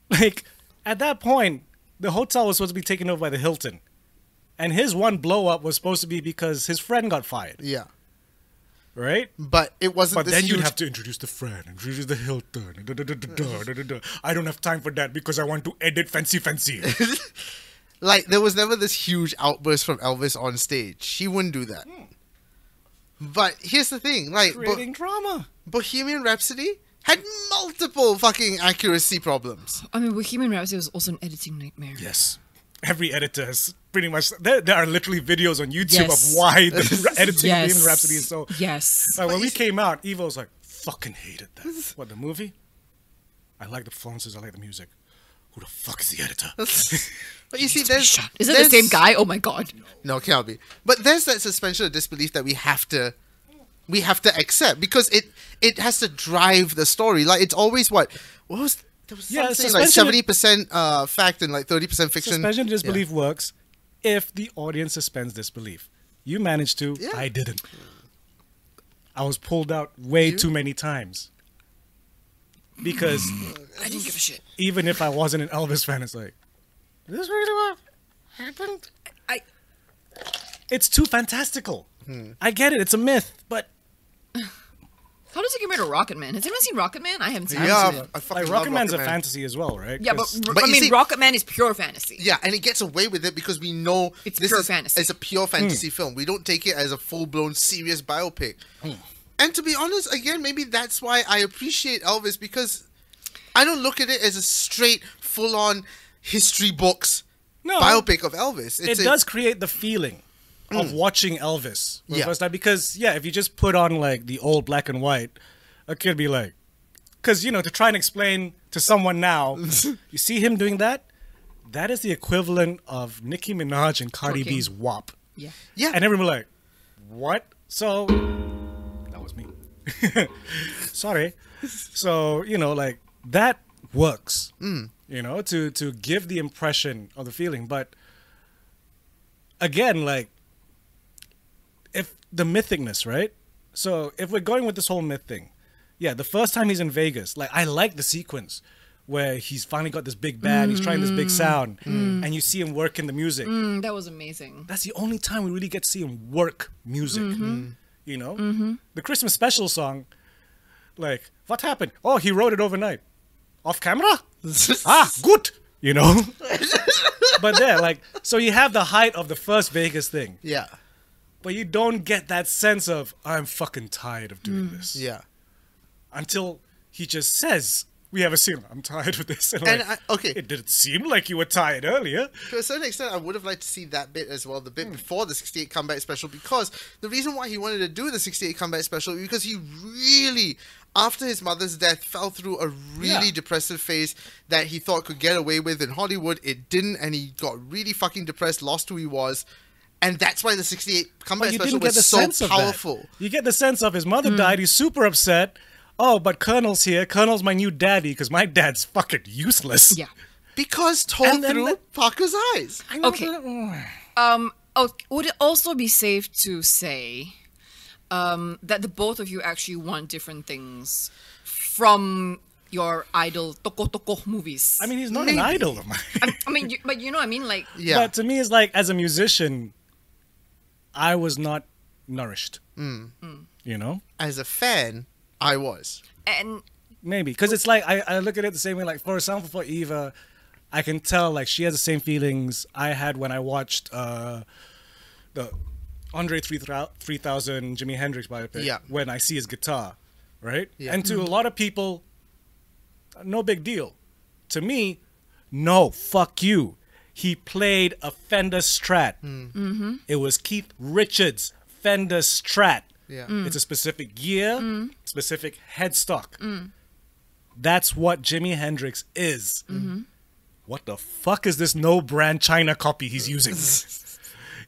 D: like at that point, the hotel was supposed to be taken over by the Hilton. And his one blow up was supposed to be because his friend got fired,
C: yeah,
D: right?
C: but it wasn't.
D: But
C: this
D: then you'd
C: huge-
D: have to introduce the friend, introduce the Hilton. da- da- da- da- da- da- da- da. I don't have time for that because I want to edit fancy fancy.
C: like there was never this huge outburst from Elvis on stage. He wouldn't do that. But here's the thing, like, but-
D: Hmm. Creating drama.
C: Bohemian Rhapsody had multiple fucking accuracy problems.
B: I mean Bohemian Rhapsody was also an editing nightmare.
D: Yes. Every editor has pretty much there, there are literally videos on YouTube
B: Yes.
D: of why the editing
B: Yes.
D: Bohemian Rhapsody is so
B: Yes.
D: Like when we came out, Eva was like, fucking hated that. What the movie? I like the performances, I like the music. Who the fuck is the editor?
C: But you see, there's
B: Is it the
C: there's-
B: same guy? Oh my god.
C: No, cannot be. But there's that suspension of disbelief that we have to we have to accept because it it has to drive the story. Like it's always what what was there was
D: Yeah,
C: something like
D: suspension of-
C: seventy percent uh, fact and like thirty percent fiction.
D: Suspension of
C: Yeah.
D: disbelief works if the audience suspends disbelief. You managed to,
C: Yeah.
D: I didn't. I was pulled out way too many times. Because
B: I didn't give a shit.
D: even if I wasn't an Elvis fan, it's like, this really what happened?
B: I
D: It's too fantastical. I get it, it's a myth, but
B: how does it compare to Rocket Man? Has anyone seen Rocket Man? I haven't seen
C: Yeah,
B: it.
C: I
D: like
C: fucking love
D: Rocket Man's a
C: Rocketman.
D: fantasy as well, right?
B: Yeah, but,
D: 'Cause-
B: r-
C: But
B: I
C: you
B: mean
C: see-
B: Rocket Man is pure fantasy.
C: Yeah, and it gets away with it because we know
B: It's pure
C: is,
B: fantasy.
C: It's a pure fantasy
D: Hmm.
C: film. We don't take it as a full blown serious biopic. And to be honest, again, maybe that's why I appreciate Elvis because I don't look at it as a straight, full on history books
D: No.
C: biopic of Elvis.
D: it
C: It's a- Mm.
D: does create the feeling of watching Elvis for
C: Yeah.
D: the first time because yeah, if you just put on like the old black and white, a kid be like, because you know to try and explain to someone now, you see him doing that. That is the equivalent of Nicki Minaj and Cardi
B: Twerking.
D: B's WAP.
B: Yeah.
C: Yeah.
D: And everyone like, what? So that was me. Sorry. So you know, like that works. You know, to to give the impression of the feeling, but again, like if the mythicness, right? So if we're going with this whole myth thing, yeah, the first time he's in Vegas, like I like the sequence where he's finally got this big band, he's trying this big sound, and you see him working the music
B: Mm, that was amazing.
D: that's the only time we really get to see him work music.
C: Mm-hmm.
D: Mm-hmm. You know, the Christmas special song. Like, what happened? Oh, he wrote it overnight, off camera. ah, good. You know, but there, like, so you have the height of the first Vegas thing,
C: Yeah.
D: but you don't get that sense of I'm fucking tired of doing this.
C: Mm. Yeah.
D: Until he just says. We have a scene. I'm tired of this. And,
C: And
D: like,
C: I- okay.
D: It didn't seem like you were tired earlier.
C: To a certain extent, I would have liked to see that bit as well, the
D: Hmm.
C: bit before the 68 comeback special, because the reason why he wanted to do the 68 comeback special because he really, after his mother's death, fell through a really
D: Yeah.
C: depressive phase that he thought could get away with in Hollywood. It didn't, and he got really fucking depressed, lost who he was. and that's why the 68 comeback
D: you
C: special
D: didn't get
C: was
D: the
C: so
D: sense of
C: powerful.
D: that. You get the sense of his
B: Hmm.
D: mother died. He's super upset. Oh, but Colonel's here. Colonel's my new daddy because my dad's fucking useless.
B: Yeah.
C: Because told
D: And then
C: through
D: the-
C: Parker's eyes.
D: I know uh,
B: Okay.
D: that-
B: Um, oh, would it also be safe to say um, that the both of you actually want different things from your idol Toko Toko movies?
D: I mean, he's not an idol of mine.
B: I mean, you, but you know, what I mean, like,
C: Yeah.
D: But to me, it's like as a musician, I was not nourished.
C: Hmm.
B: Hmm.
D: You know,
C: As a fan, I was.
B: and
D: maybe because it's like I, I look at it the same way. Like for example, for Eva, I can tell like she has the same feelings I had when I watched uh, the Andre three thousand Jimi Hendrix biopic.
C: Yeah.
D: When I see his guitar, right?
C: Yeah.
D: And to a lot of people, no big deal. To me, no, fuck you. He played a Fender Strat. It was Keith Richards Fender Strat.
C: Yeah. Mm.
D: It's a specific gear, specific headstock. That's what Jimi Hendrix is. What the fuck is this no brand China copy he's using?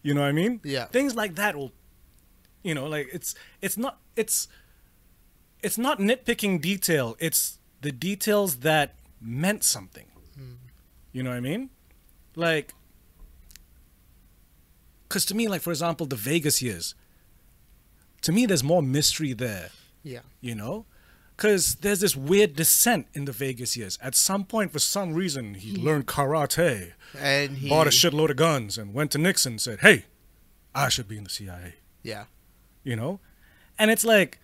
D: you know what I mean?
C: Yeah.
D: Things like that will you know, like it's it's not it's it's not nitpicking detail. It's the details that meant something. You know what I mean? Like, because to me, like for example, the Vegas years. To me, there's more mystery there.
C: Yeah.
D: You know, because there's this weird descent in the Vegas years. At some point, for some reason, he learned karate,
C: And he
D: bought a shitload of guns, and went to Nixon and said, "Hey, I should be in the CIA."
C: Yeah.
D: You know, and it's like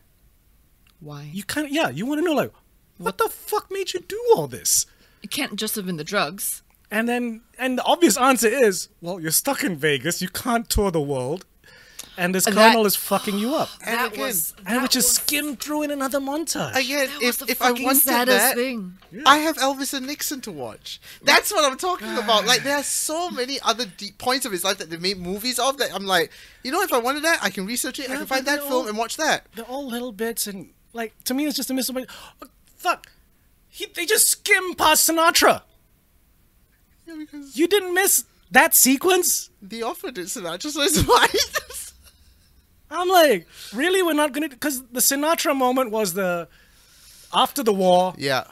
B: why?
D: you kind of yeah, you want to know like what the fuck made you do all this?
B: It can't just have been the drugs.
D: And then, and the obvious answer is, well, you're stuck in Vegas. You can't tour the world, and this
B: That-
D: colonel is fucking you up.
C: And
B: that
C: again-
B: was
D: And
B: that
D: which is
B: was-
D: skimmed through in another montage.
C: Again,
B: That was
C: if,
B: the
C: if I
B: fucking
C: wanted
B: saddest
C: that,
B: thing.
C: I have Elvis and Nixon to watch. That's what I'm talking about. Like, there are so many other deep points of his life that they made movies of that I'm like, you know, if I wanted that, I can research it, I
D: Yeah,
C: can
D: but
C: find that
D: they're
C: film
D: all-
C: and watch that.
D: They're all little bits, and like to me, it's just a missile. But oh, fuck, he, they just skim past Sinatra.
C: Yeah, because
D: You didn't miss that sequence.
C: the offer did Sinatra, so it's why.
D: I'm like, really, we're not gonna because the Sinatra moment was the after the war.
C: yeah.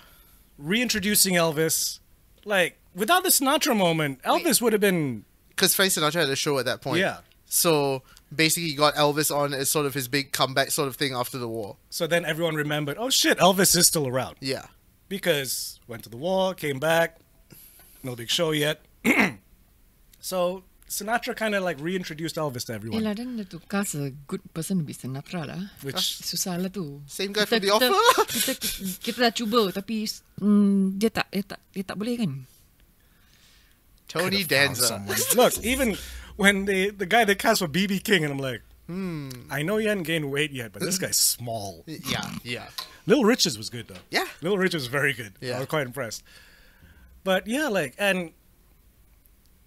D: reintroducing Elvis. Like without the Sinatra moment, Elvis would have been
C: because Frank Sinatra had a show at that point.
D: Yeah.
C: So basically, he got Elvis on as sort of his big comeback sort of thing after the war.
D: so then everyone remembered, oh shit, Elvis is still around.
C: Yeah.
D: Because went to the war, came back, no big show yet. so Sinatra kind of like reintroduced Elvis to everyone.
B: Iladan na tu ka sa good person bisa Sinatra lah.
D: Which-
B: susah lah tu.
C: Same guy from The
B: kita,
C: Offer.
B: Kita, kita dah cuba tapi mm, dia tak dia tak dia tak boleh kan.
C: Tony
D: Found
C: Danza.
D: someone. Look, even when they the guy they cast for BB King, and I'm like, I know you hadn't gained weight yet, but this guy's small.
C: Yeah. Yeah.
D: Little Richards was good though.
C: Yeah.
D: Little Richards was very good.
C: Yeah.
D: I was quite impressed. But yeah, like and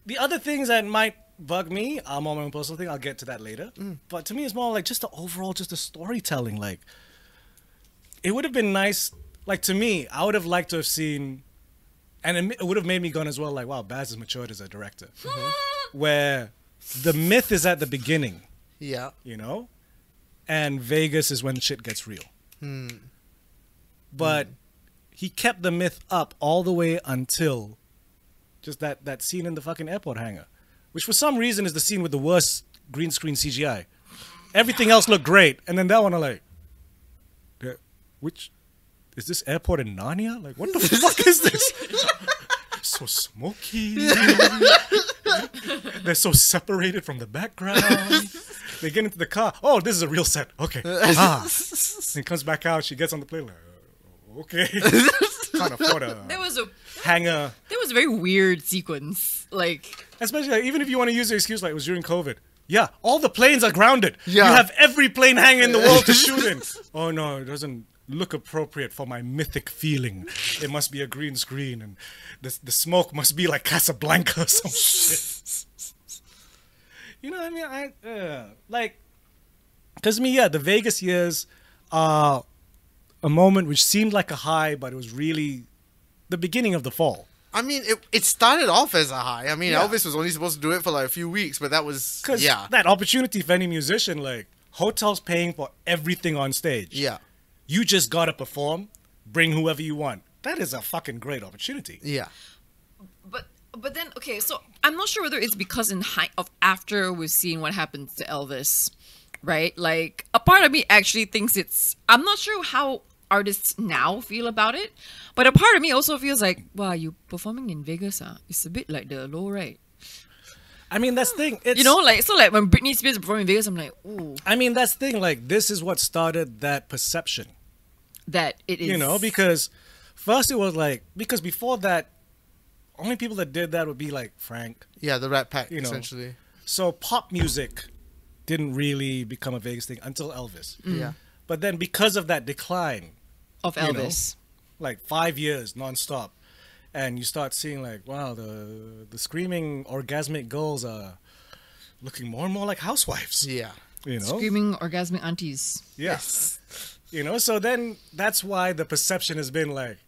D: the other things that might bug me are more my own personal thing. I'll get to that later.
C: Mm.
D: But to me, it's more like just the overall, just the storytelling. Like it would have been nice. Like to me, I would have liked to have seen, and it, it would have made me gone as well. Like wow, Baz has matured as a director.
C: Mm-hmm.
D: Where the myth is at the beginning
C: Yeah.
D: you know, and Vegas is when shit gets real. But he kept the myth up all the way until just that that scene in the fucking airport hangar, which for some reason is the scene with the worst green screen CGI. Everything else looked great, and then that one, I'm like, "Yeah, which is this airport in Narnia? Like, what the fuck is this? so smoky. They're so separated from the background. they get into the car. Oh, this is a real set. Okay. Ah. and comes back out. She gets on the plane. Like, "Uh, okay. Can't afford
B: There
D: a
B: was a
D: hangar.
B: there was a very weird sequence like
D: Especially like, even if you want to use the excuse like it was during COVID. Yeah, all the planes are grounded.
C: Yeah.
D: You have every plane hangar in the world to shoot in. Oh no, it doesn't look appropriate for my mythic feeling. It must be a green screen and the, the smoke must be like Casablanca or some shit. You know what I mean? I uh, like cuz me yeah, the Vegas years are a moment which seemed like a high but it was really the beginning of the fall.
C: I mean, it, it started off as a high. I mean,
D: Yeah.
C: Elvis was only supposed to do it for like a few weeks, but that was
D: Because
C: yeah,
D: that opportunity for any musician, like hotels paying for everything on stage.
C: yeah,
D: You just gotta perform, bring whoever you want. That is a fucking great opportunity.
C: yeah.
B: But but then okay, so I'm not sure whether it's because in high of after we've seen what happens to Elvis, right? Like a part of me actually thinks it's I'm not sure how artists now feel about it, but a part of me also feels like, wow, you performing in Vegas, huh? It's a bit like the low right.
D: I mean, that's the thing. It's,
B: You know, like so like when Britney Spears performing in Vegas, I'm like, ooh,
D: I mean, that's the thing. Like, this is what started that perception.
B: that it is
D: You know, because first it was like because before that, only people that did that would be like Frank.
C: Yeah, the Rat Pack
D: You know.
C: essentially.
D: So pop music didn't really become a Vegas thing until Elvis.
C: Yeah.
D: But then because of that decline,
B: of
D: you know,
B: Elvis.
D: like five years nonstop, and you start seeing like, wow, the the screaming orgasmic girls are looking more and more like housewives.
C: Yeah.
D: You know.
B: Screaming orgasmic aunties.
D: Yes. You know, so then that's why the perception has been like,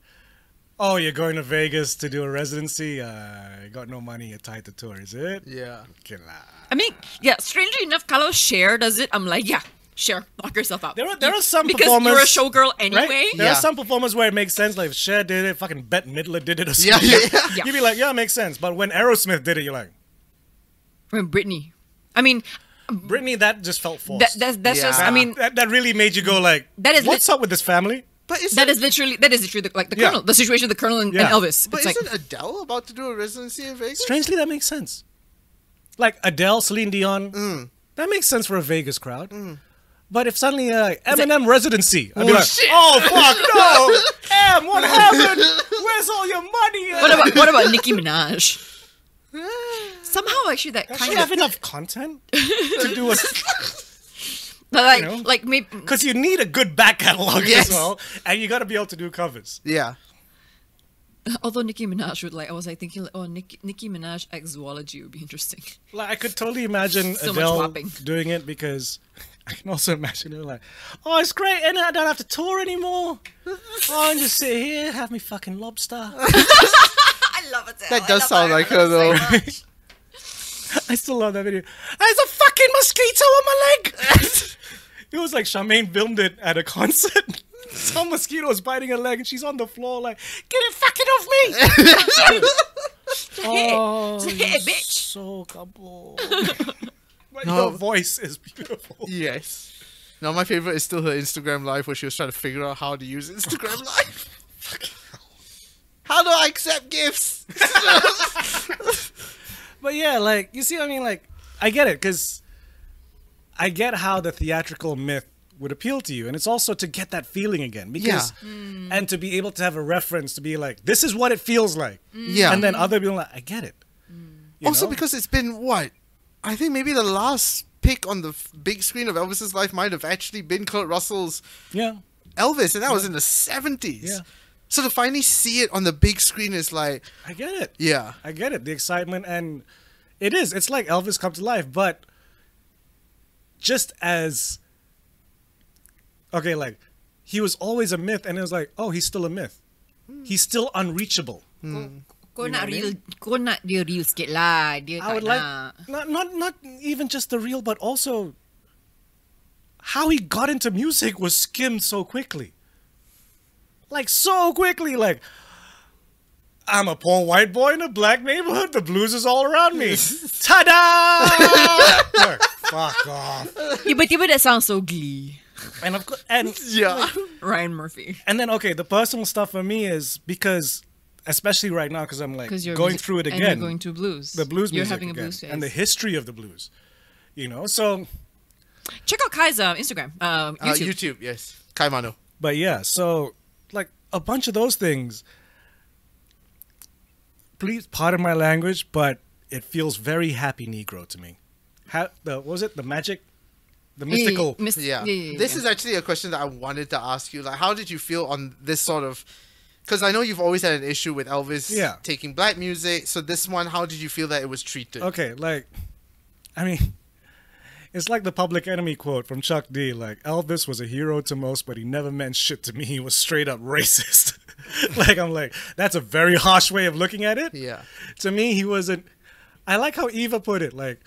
D: oh, you're going to Vegas to do a residency. Uh, you got no money. You're tied to tour, is it?
C: Yeah.
D: Okay, lah.
B: I mean, yeah, strangely enough, Carlos Cher does it. I'm like, yeah, Cher, knock yourself out.
D: There are, there are some
B: because
D: performers.
B: you're a showgirl
D: right?
B: anyway.
D: There
C: Yeah.
D: are some performers where it makes sense. Like if Cher did it, fucking Bette Midler did it or
C: Yeah,
D: something.
C: yeah, yeah.
B: Yeah.
D: You'd be like, yeah, it makes sense. But when Aerosmith did it, you're like,
B: When Britney, I mean,
D: Britney, that just felt forced.
B: that, that's that's just.
C: Yeah.
B: I mean,
D: Ah, that, that really made you go like,
B: That is
D: what's up with this family?
C: But isn't
B: that is literally that is literally the, like the
D: Yeah.
B: Colonel, the situation of the Colonel and, and
D: Yeah.
B: Elvis.
C: but
B: it's like
C: isn't Adele about to do a residency in Vegas?
D: Strangely, that makes sense. Like Adele, Celine Dion,
B: Mm.
D: that makes sense for a Vegas crowd. But if suddenly uh, Eminem residency, I'd be like, oh fuck no, Em, what happened? Where's all your money?
B: what about what about Nicki Minaj? Somehow, actually, that
D: Does she
B: kind
D: have
B: of
D: enough content to do a?
B: like
D: you know?
B: like maybe
D: Because you need a good back catalog
C: Yes.
D: as well, and you got to be able to do covers.
C: Yeah.
B: although Nicki Minaj would like I was like thinking like, oh Nicki, Nicki Minaj ex zoology would be interesting.
D: Like I could totally imagine
B: So much
D: Adele
B: whopping.
D: doing it because I can also imagine her like, oh, it's great, and I don't have to tour anymore. Oh, I can just sit here, have me fucking lobster.
B: I love it.
C: That does sound like her though.
D: I still love that video. There's a fucking mosquito on my leg. it was like Charmaine filmed it at a concert. Some mosquito was biting her leg, and she's on the floor like, "Get it fucking off me!" oh,
B: Just hit it,
D: you're
B: bitch.
D: So couple. But
C: No.
D: your voice is beautiful.
C: yes. Now my favorite is still her Instagram live where she was trying to figure out how to use Instagram live. how do I accept gifts?
D: But yeah, like you see, what I mean, like I get it because I get how the theatrical myth would appeal to you, and it's also to get that feeling again because and to be able to have a reference to be like, this is what it feels like.
C: Yeah.
D: and then other people are like, I get it. You
C: also
D: know?
C: because it's been what? I think maybe the last pick on the f- big screen of Elvis's life might have actually been Kurt Russell's
D: yeah,
C: Elvis, and that was in the 70s.
D: Yeah.
C: So to finally see it on the big screen is like,
D: I get it.
C: yeah.
D: I get it. The excitement and it is. It's like Elvis come to life, but just as okay, like he was always a myth, and it was like, oh, he's still a myth. He's still unreachable.
C: Hmm.
B: Kau nak real, kau nak dia real sikit lah. Dia
D: I
B: tak
D: would
B: nak.
D: like not not not even just the real, but also how he got into music was skimmed so quickly, like so quickly. Like I'm a poor white boy in a black neighborhood. The blues is all around me. Ta-da! Like, fuck off.
B: Tiba-tiba that sounds so glee.
D: And of course, and
C: Yeah.
B: Ryan Murphy.
D: and then okay, the personal stuff for me is because especially right now because I'm like
B: Because you're music-
D: going through it
B: and
D: again.
B: you're going to blues.
D: the blues
B: You're
D: music
B: having
D: again,
B: a blues phase.
D: and the history of the blues. You know, so
B: Check out Kai's uh, Instagram, uh, YouTube.
C: Uh, YouTube, yes. Kaimano.
D: but yeah, so like a bunch of those things. Please pardon my language, but it feels very happy Negro to me. Ha- the what was it? The magic, the
B: Yeah, yeah,
D: mystical.
B: yeah, Mys-
C: Yeah.
B: yeah, yeah, yeah,
C: This
B: yeah.
C: is actually a question that I wanted to ask you. Like, how did you feel on this sort of. Because I know you've always had an issue with Elvis
D: Yeah.
C: taking black music. So this one, how did you feel that it was treated?
D: Okay, like, I mean, it's like the Public Enemy quote from Chuck D. Like Elvis was a hero to most, but he never meant shit to me. He was straight up racist. like I'm like, that's a very harsh way of looking at it.
C: Yeah.
D: To me, he wasn't. I like how Eva put it. Like,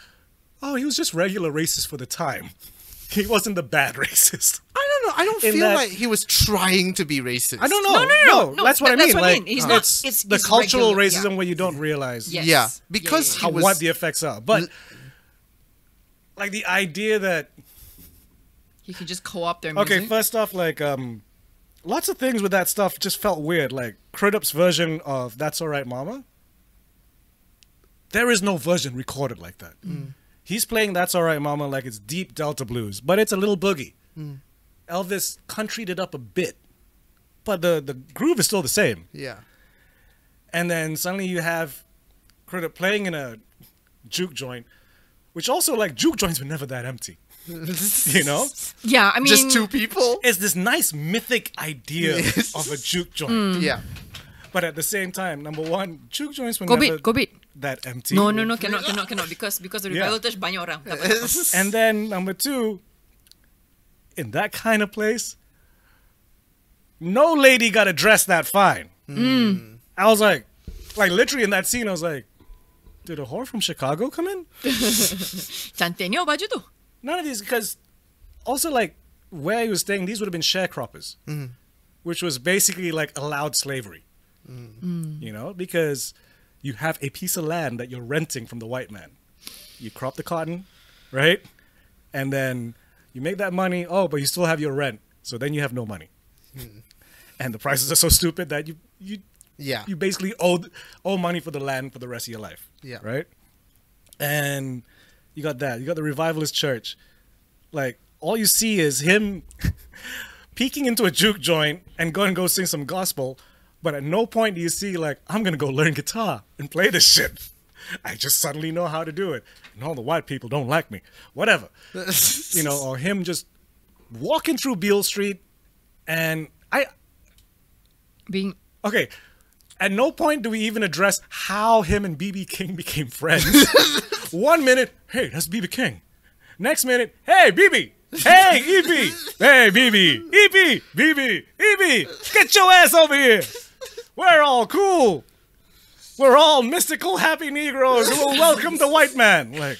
D: oh, he was just regular racist for the time. He wasn't the bad racist.
C: I don't know. I don't
D: In
C: feel
D: that-
C: like he was trying to be racist.
D: I don't know.
B: No, no, no, no, no,
D: that's what
B: that-
D: I
B: that's
D: mean.
B: what I
D: like, uh,
B: mean. He's not-
D: it's,
B: it's-
D: the
B: it's
D: cultural
B: regular,
D: racism
B: yeah.
D: where you don't realize
B: Yes.
C: Yeah,
B: Yeah,
C: because
B: yeah,
C: he
D: how,
C: was
D: what the effects are. But like the idea that
B: He could just co-op their music.
D: okay, first off, like um, lots of things with that stuff just felt weird. Like Crudup's version of "That's All Right, Mama." There is no version recorded like that. He's playing "That's All Right, Mama" like it's deep Delta blues, but it's a little boogie. Elvis countryed it up a bit, but the the groove is still the same.
C: Yeah.
D: and then suddenly you have Crudup playing in a juke joint, which also like juke joints were never that empty. You know,
B: yeah, I mean,
C: Just two people.
D: it's this nice mythic idea
C: Yes.
D: of a juke joint,
B: Hmm.
C: Yeah.
D: but at the same time, number one, juke joints were
B: Go
D: never
B: bit, go bit.
D: that empty.
B: No, no, no, cannot, cannot, cannot. Because because the
D: Yeah.
B: revival touch banyak orang. Tak boleh.
D: And then number two, in that kind of place, no lady got a dress that fine.
B: Hmm.
D: I was like, like literally in that scene, I was like, did a whore from Chicago come in?
B: Cantiknya baju tu.
D: None of these because also like where he was staying, these would have been sharecroppers, which was basically like allowed slavery. You know, because you have a piece of land that you're renting from the white man. You crop the cotton, right? And then you make that money. Oh, but you still have your rent, so then you have no money. And the prices are so stupid that you you
C: Yeah.
D: you basically owe owe money for the land for the rest of your life.
C: Yeah.
D: Right? And you got that. You got the revivalist church. Like all you see is him peeking into a juke joint and go and go sing some gospel, but at no point do you see like I'm gonna go learn guitar and play this shit. I just suddenly know how to do it, and all the white people don't like me. Whatever you know, or him just walking through Beale Street, and I
B: Being
D: okay. At no point do we even address how him and BB King became friends. One minute, hey, that's BB King. Next minute, hey, BB. Hey, EB. Hey, E BB. EB. BB. EB. E Get your ass over here. We're all cool. We're all mystical, happy Negroes who will welcome the white man. Like,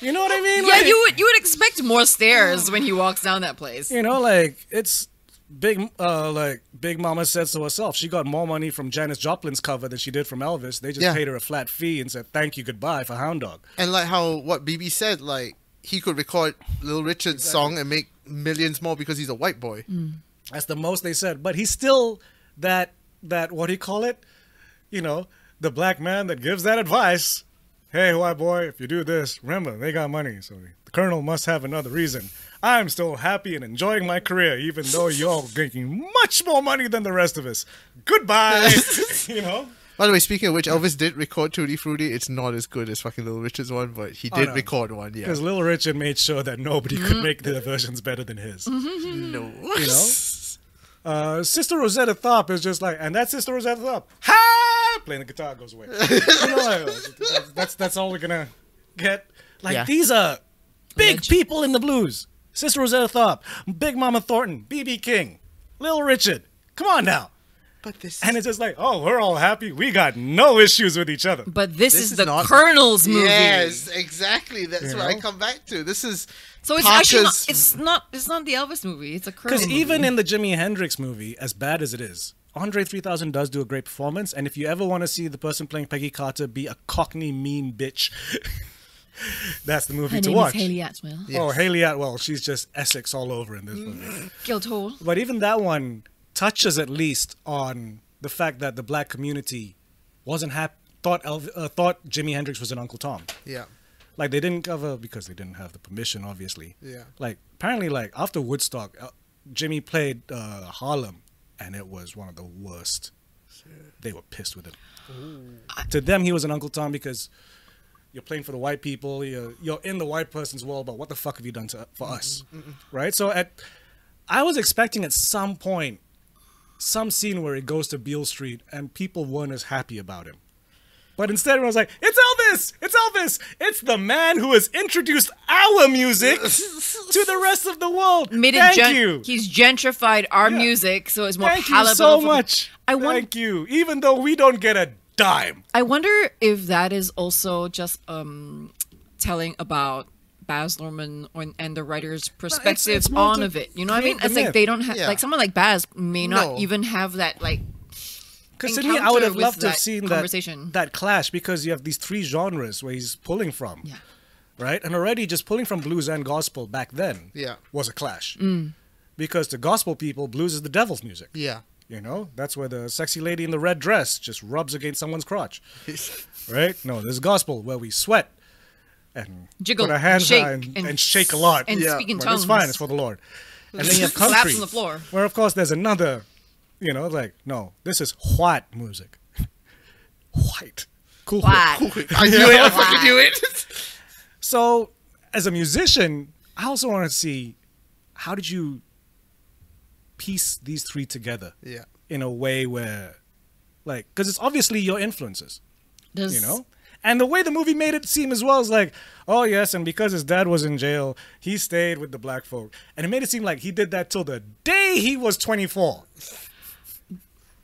D: you know what I mean?
B: yeah,
D: Like-
B: you would you would expect more stares when he walks down that place.
D: you know, like it's big. Uh, like Big Mama said so herself. She got more money from Janis Joplin's cover than she did from Elvis. They just
C: Yeah.
D: paid her a flat fee and said thank you, goodbye for Hound Dog.
C: And like how what BB said, like he could record Lil Richard's song and make millions more because he's a white boy.
B: Mm.
D: That's the most they said. But he's still that that what do you call it? You know, the black man that gives that advice. Hey, white boy, if you do this, remember they got money, so the colonel must have another reason. I'm still happy and enjoying my career, even though you're making much more money than the rest of us. Goodbye. you know.
C: By the way, speaking of which, Elvis did record Tutti Frutti. It's not as good as fucking Lil Richard's one, but he did
D: Oh, no.
C: record one. Yeah.
D: Because Little Richard made sure that nobody could make their versions better than his.
B: Mm.
C: No.
D: You know? Uh, Sister Rosetta Tharpe is just like, and that's Sister Rosetta Tharpe. Ha! Playing the guitar goes away. you know, like, that's that's all we're gonna get. Like
C: Yeah.
D: these are big
B: Legend.
D: people in the blues. Sister Rosetta Tharpe, Big Mama Thornton, BB King, Little Richard. Come on now.
C: But this
D: And it's just like, oh, we're all happy. We got no issues with each other.
B: But this,
C: This
B: is,
C: is
B: the
C: not-
B: Colonel's movie.
C: Yes, exactly. That's
D: You
C: what I
D: know?
C: come back to. This is
B: So it's actually not, it's not it's not the Elvis movie. It's a Colonel.
D: Because
B: movie.
D: even in the Jimi Hendrix movie, as bad as it is, Andre 3000 does do a great performance. And if you ever want to see the person playing Peggy Carter be a cockney mean bitch, that's the movie
B: her
D: to
B: name
D: watch.
B: is Haley Atwell. Mm.
D: Oh, Haley Atwell. She's just Essex all over in this movie.
B: Guildhall.
D: But even that one touches at least on the fact that the black community wasn't happy. Thought, Elv- uh, thought Jimi Hendrix was an Uncle Tom.
C: yeah.
D: Like they didn't cover because they didn't have the permission, obviously.
C: Yeah.
D: Like apparently, like after Woodstock, uh, Jimmy played uh, Harlem, and it was one of the worst. They were pissed with him. To them, he was an Uncle Tom because you're playing for the white people. You're you're in the white person's world, but what the fuck have you done to for us, right? So at, I was expecting at some point, some scene where he goes to Beale Street and people weren't as happy about him. But instead, everyone was like, "It's Elvis! It's Elvis! It's the man who has introduced our music to the rest of the world.
B: Made it
D: Thank
B: gen-
D: you.
B: He's gentrified our
D: Yeah.
B: music, so it's more
D: Thank
B: palatable.
D: you so
B: for the-
D: much.
B: I wonder.
D: Thank you. Even though we don't get a dime.
B: I wonder if that is also just um, telling about Baz Luhrmann on, and the writer's perspective
D: it's more
B: on
D: to
B: of it. You know what I mean?
D: create the
B: It's like
D: myth.
B: they don't have
C: Yeah.
B: like someone like Baz may not
C: No.
B: even have that like.
D: Because to me, I
B: encounter
D: would have
B: with
D: loved to have
B: that
D: seen
B: conversation.
D: that that clash because you have these three genres where he's pulling from,
B: Yeah.
D: right? And already just pulling from blues and gospel back then,
C: Yeah.
D: was a clash.
B: Mm.
D: Because to gospel people, blues is the devil's music.
C: Yeah.
D: You know, that's where the sexy lady in the red dress just rubs against someone's crotch, right? No, this is gospel where we sweat and
B: Jiggle,
D: put our hands
B: shake,
D: high and,
B: and
D: and, shake a lot
B: and
C: Yeah.
B: speak in
D: but
B: tongues.
D: It's fine. It's for the Lord. And then you have
B: Slaps
D: country,
B: on the floor.
D: where of course there's another, you know, like no, this is white music, white, cool. whip.
B: Why?
C: I knew it. I fucking knew it.
D: So as a musician, I also want to see how did you piece these three together?
C: Yeah.
D: in a way where, like, because it's obviously your influences
B: Does-
D: you know and the way the movie made it seem as well is like oh yes and because his dad was in jail he stayed with the black folk and it made it seem like he did that till the day he was 24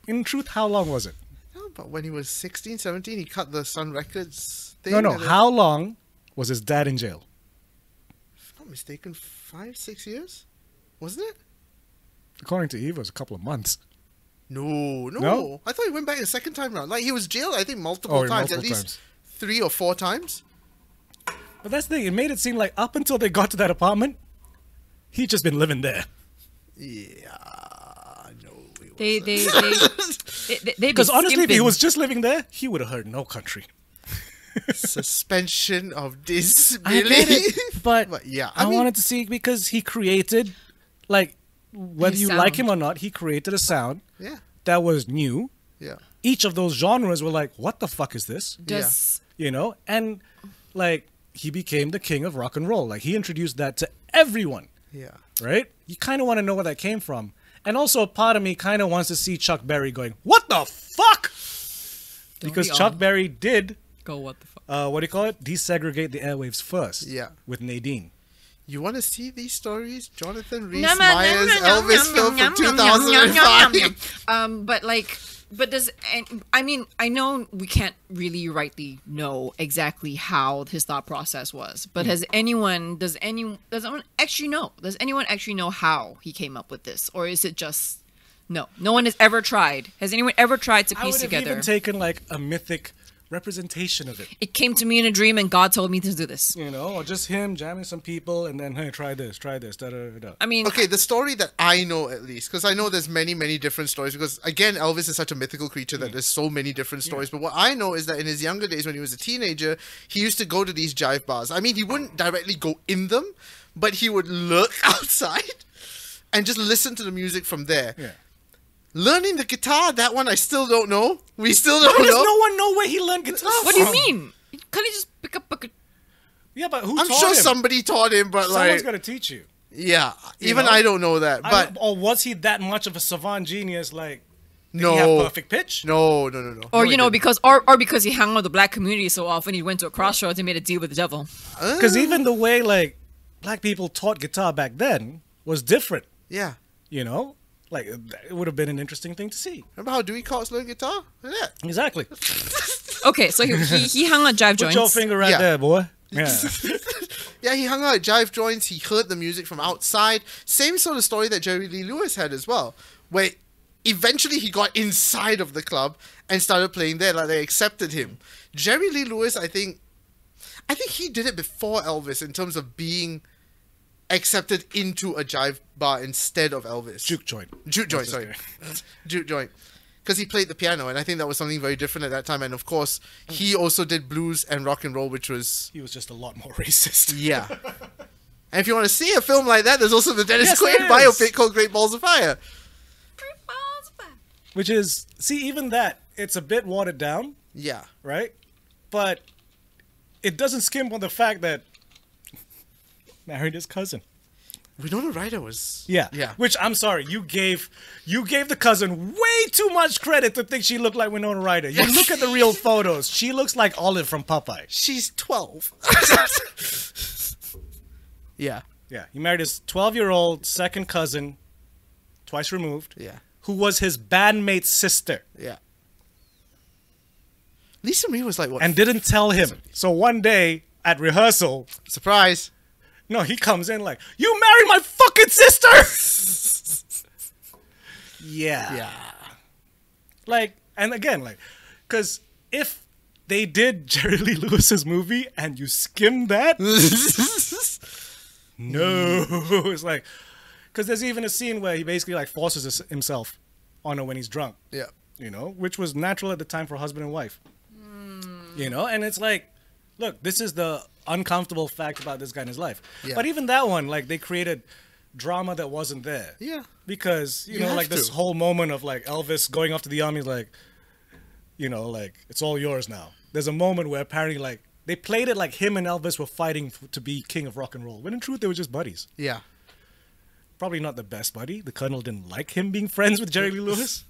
D: in truth how long was it
C: No, but when he was 16, 17, he cut the Sun Records thing.
D: no no
C: and then-
D: how long was his dad in jail
C: If I'm not mistaken, five, six years? Wasn't it?
D: according to eve it was a couple of months
C: No, no,
D: No?
C: I thought he went back the second time round. Like he was jailed, I think, multiple
D: Oh, yeah,
C: times, at
D: multiple
C: least
D: times.
C: three or four times.
D: but that's the thing it made it seem like up until they got to that apartment he'd just been living there
C: Yeah, no. it was-
B: They they they they they
D: because honestly if he was just living there he would have heard no country
C: Suspension of
D: I
C: disbelief.
D: get it, but,
C: yeah,
D: I,
C: I, mean,
D: wanted to see because he created, like, whether
B: His
D: you like
B: sound.
D: him or not, he created a sound
C: Yeah,
D: that was new.
C: yeah,
D: Each of those genres were like, what the fuck is this?
B: does
D: You know, and like he became the king of rock and roll. Like he introduced that to everyone,
C: yeah.
D: right? You kind of want to know where that came from, and also a part of me kind of wants to see Chuck Berry going, what the fuck?
B: Don't
D: because
B: we all?
D: Chuck Berry did,
B: go what the fuck?
D: uh, what do you call it? Desegregate the airwaves first.
C: Yeah.
D: with Nadine.
C: You want to see these stories? Jonathan Rhys
B: Nom, nom, nom,
C: Meyers,
B: nom,
C: Elvis
B: nom,
C: film
B: nom,
C: from
B: nom, nom, nom, nom, nom,
C: 2005.
B: nom. Um, but like, but does and I mean I know we can't really rightly know exactly how his thought process was, but has anyone does any does anyone actually know? Does anyone actually know how he came up with this, or is it just no? No one has ever tried. Has anyone ever tried to
D: I would
B: piece
D: have
B: together?
D: even taken like a mythic representation of it,
B: it came to me in a dream, and God told me to do this.
D: you know, or just him jamming some people and then hey, try this, try this, da da da. da.
B: I mean,
C: Okay, the story that I know at least, because I know there's many, many different stories. Because again, Elvis is such a mythical creature
D: Mm.
C: that there's so many different stories. But what I know is that in his younger days, when he was a teenager, he used to go to these jive bars. I mean, he wouldn't directly go in them, but he would look outside and just listen to the music from there.
D: Yeah.
C: Learning the guitar, that one I still don't know. We still don't
D: How does
C: know.
D: no one know where he learned guitar?
B: what do you
D: from?
B: mean? Can he just pick up a gu-
D: Yeah, but who?
C: I'm
D: taught
C: sure
D: him?
C: somebody taught him, but
D: Someone's
C: like,
D: got to teach you.
C: yeah,
D: you
C: even
D: know?
C: I don't know that.
D: I
C: But
D: don't- or was he that much of a savant genius? Like, did he have
C: no,
D: perfect pitch.
C: no, no, no, no.
B: Or
C: No,
B: you
C: he
B: know,
C: didn't.
B: because or, or because he hung out with the black community so often, he went to a crossroads and made a deal with the devil.
D: because even the way like black people taught guitar back then was different.
C: yeah.
D: You know, like it would have been an interesting thing to see.
C: Remember how Dewey Cox learned guitar? Look at that.
D: Exactly.
B: Okay, so he he, he hung out jive
D: Put your
B: joints.
D: finger right
C: Yeah.
D: there, boy. Yeah.
C: Yeah, he hung out at jive joints. He heard the music from outside. Same sort of story that Jerry Lee Lewis had as well, where eventually he got inside of the club and started playing there. Like they accepted him. Jerry Lee Lewis, I think, I think he did it before Elvis in terms of being accepted into a jive bar instead of Elvis.
D: Juke joint.
C: Juke joint, sorry. Juke joint. Because he played the piano, and I think that was something very different at that time. And of course, he also did blues and rock and roll, which was
D: He was just a lot more racist.
C: yeah. and if you want to see a film like that, there's also the Dennis
D: Yes,
C: Quaid
D: there is.
C: biopic called Great Balls of Fire.
D: Which is, see, even that, it's a bit watered down,
C: Yeah,
D: right? But it doesn't skimp on the fact that married his cousin.
C: Winona Ryder was
D: Yeah.
C: yeah.
D: Which I'm sorry, you gave you gave the cousin way too much credit to think she looked like Winona Ryder. You look at the real photos, she looks like Olive from Popeye.
C: She's twelve. yeah,
D: Yeah, he married his 12 year old second cousin, twice removed.
C: Yeah.
D: Who was his bandmate's sister
C: Yeah. Lisa Marie was like, what?
D: and didn't tell him. So one day at rehearsal,
C: Surprise.
D: no, he comes in like, You married my fucking sister! yeah.
C: Yeah.
D: Like, and again, like, because if they did Jerry Lee Lewis's movie and you skim that, no, it's like, because there's even a scene where he basically like forces his- himself on her when he's drunk.
C: Yeah.
D: You know, which was natural at the time for husband and wife. You know, and it's like, look, this is the uncomfortable fact about this guy in his life.
C: Yeah.
D: But even that one, like, they created drama that wasn't there.
C: Yeah.
D: Because you,
C: You
D: know,
C: have
D: like this
C: to.
D: whole moment of like Elvis going off to the army, like, you know, like it's all yours now. There's a moment where apparently, like, they played it like him and Elvis were fighting f- to be king of rock and roll, when in truth they were just buddies.
C: yeah.
D: Probably not the best buddy. The colonel didn't like him being friends with Jerry Lee Lewis,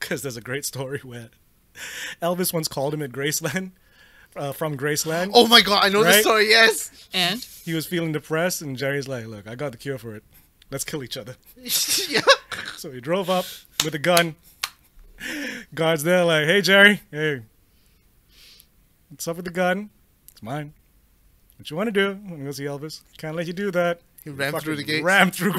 D: because there's a great story where Elvis once called him at Graceland, uh, from Graceland.
C: Oh my god, I know
D: Right?
C: the story, yes.
B: And
D: He was feeling depressed, and Jerry's like, "Look, I got the cure for it. Let's kill each other."
C: yeah.
D: So he drove up with a gun. Guards there, like, hey, Jerry, hey, what's up with the gun? It's mine. What you want to do? I'm going to go see Elvis. Can't let you do that.
C: He ran through the
D: Fucking
C: gates.
D: Rammed through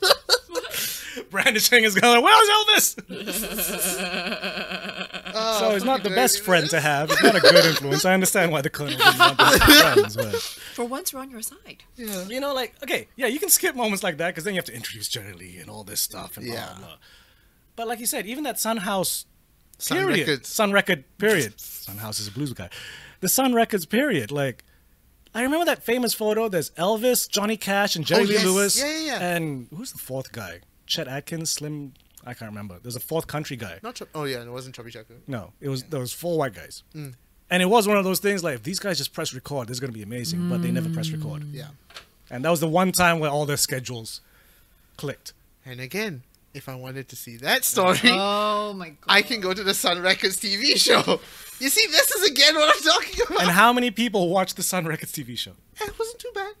D: Graceland. Brandishing his gun, like, where's Elvis?
C: Oh,
D: so he's not the best friend to have. He's not a good influence. I understand why the Colonel didn't want them to be friends, but
B: for once, we're on your side.
D: you know, like okay, yeah, you can skip moments like that because then you have to introduce Jerry Lee and all this stuff and blah
C: Yeah.
D: blah. blah. But like you said, even that Sunhouse
C: Sun
D: period,
C: Records.
D: Sun Record period, Sunhouse is a blues guy. The Sun Records period, like I remember that famous photo. There's Elvis, Johnny Cash, and Jerry
C: Oh,
D: Lee
C: yes.
D: Lewis,
C: Yeah, yeah, yeah.
D: and who's the fourth guy? Chet Atkins, Slim. I can't remember. There's a fourth country guy.
C: Not Chub- oh yeah, it wasn't Chubby Checker.
D: No, it was there was four white guys,
C: Mm.
D: and it was one of those things like if these guys just press record, this is gonna be amazing. But they never press record.
C: Mm. Yeah.
D: And that was the one time where all their schedules clicked.
C: And again, if I wanted to see that story,
B: Oh my god!
C: I can go to the Sun Records TV show. You see, this is again what I'm talking about.
D: And how many people watched the Sun Records TV show?
C: it wasn't too bad.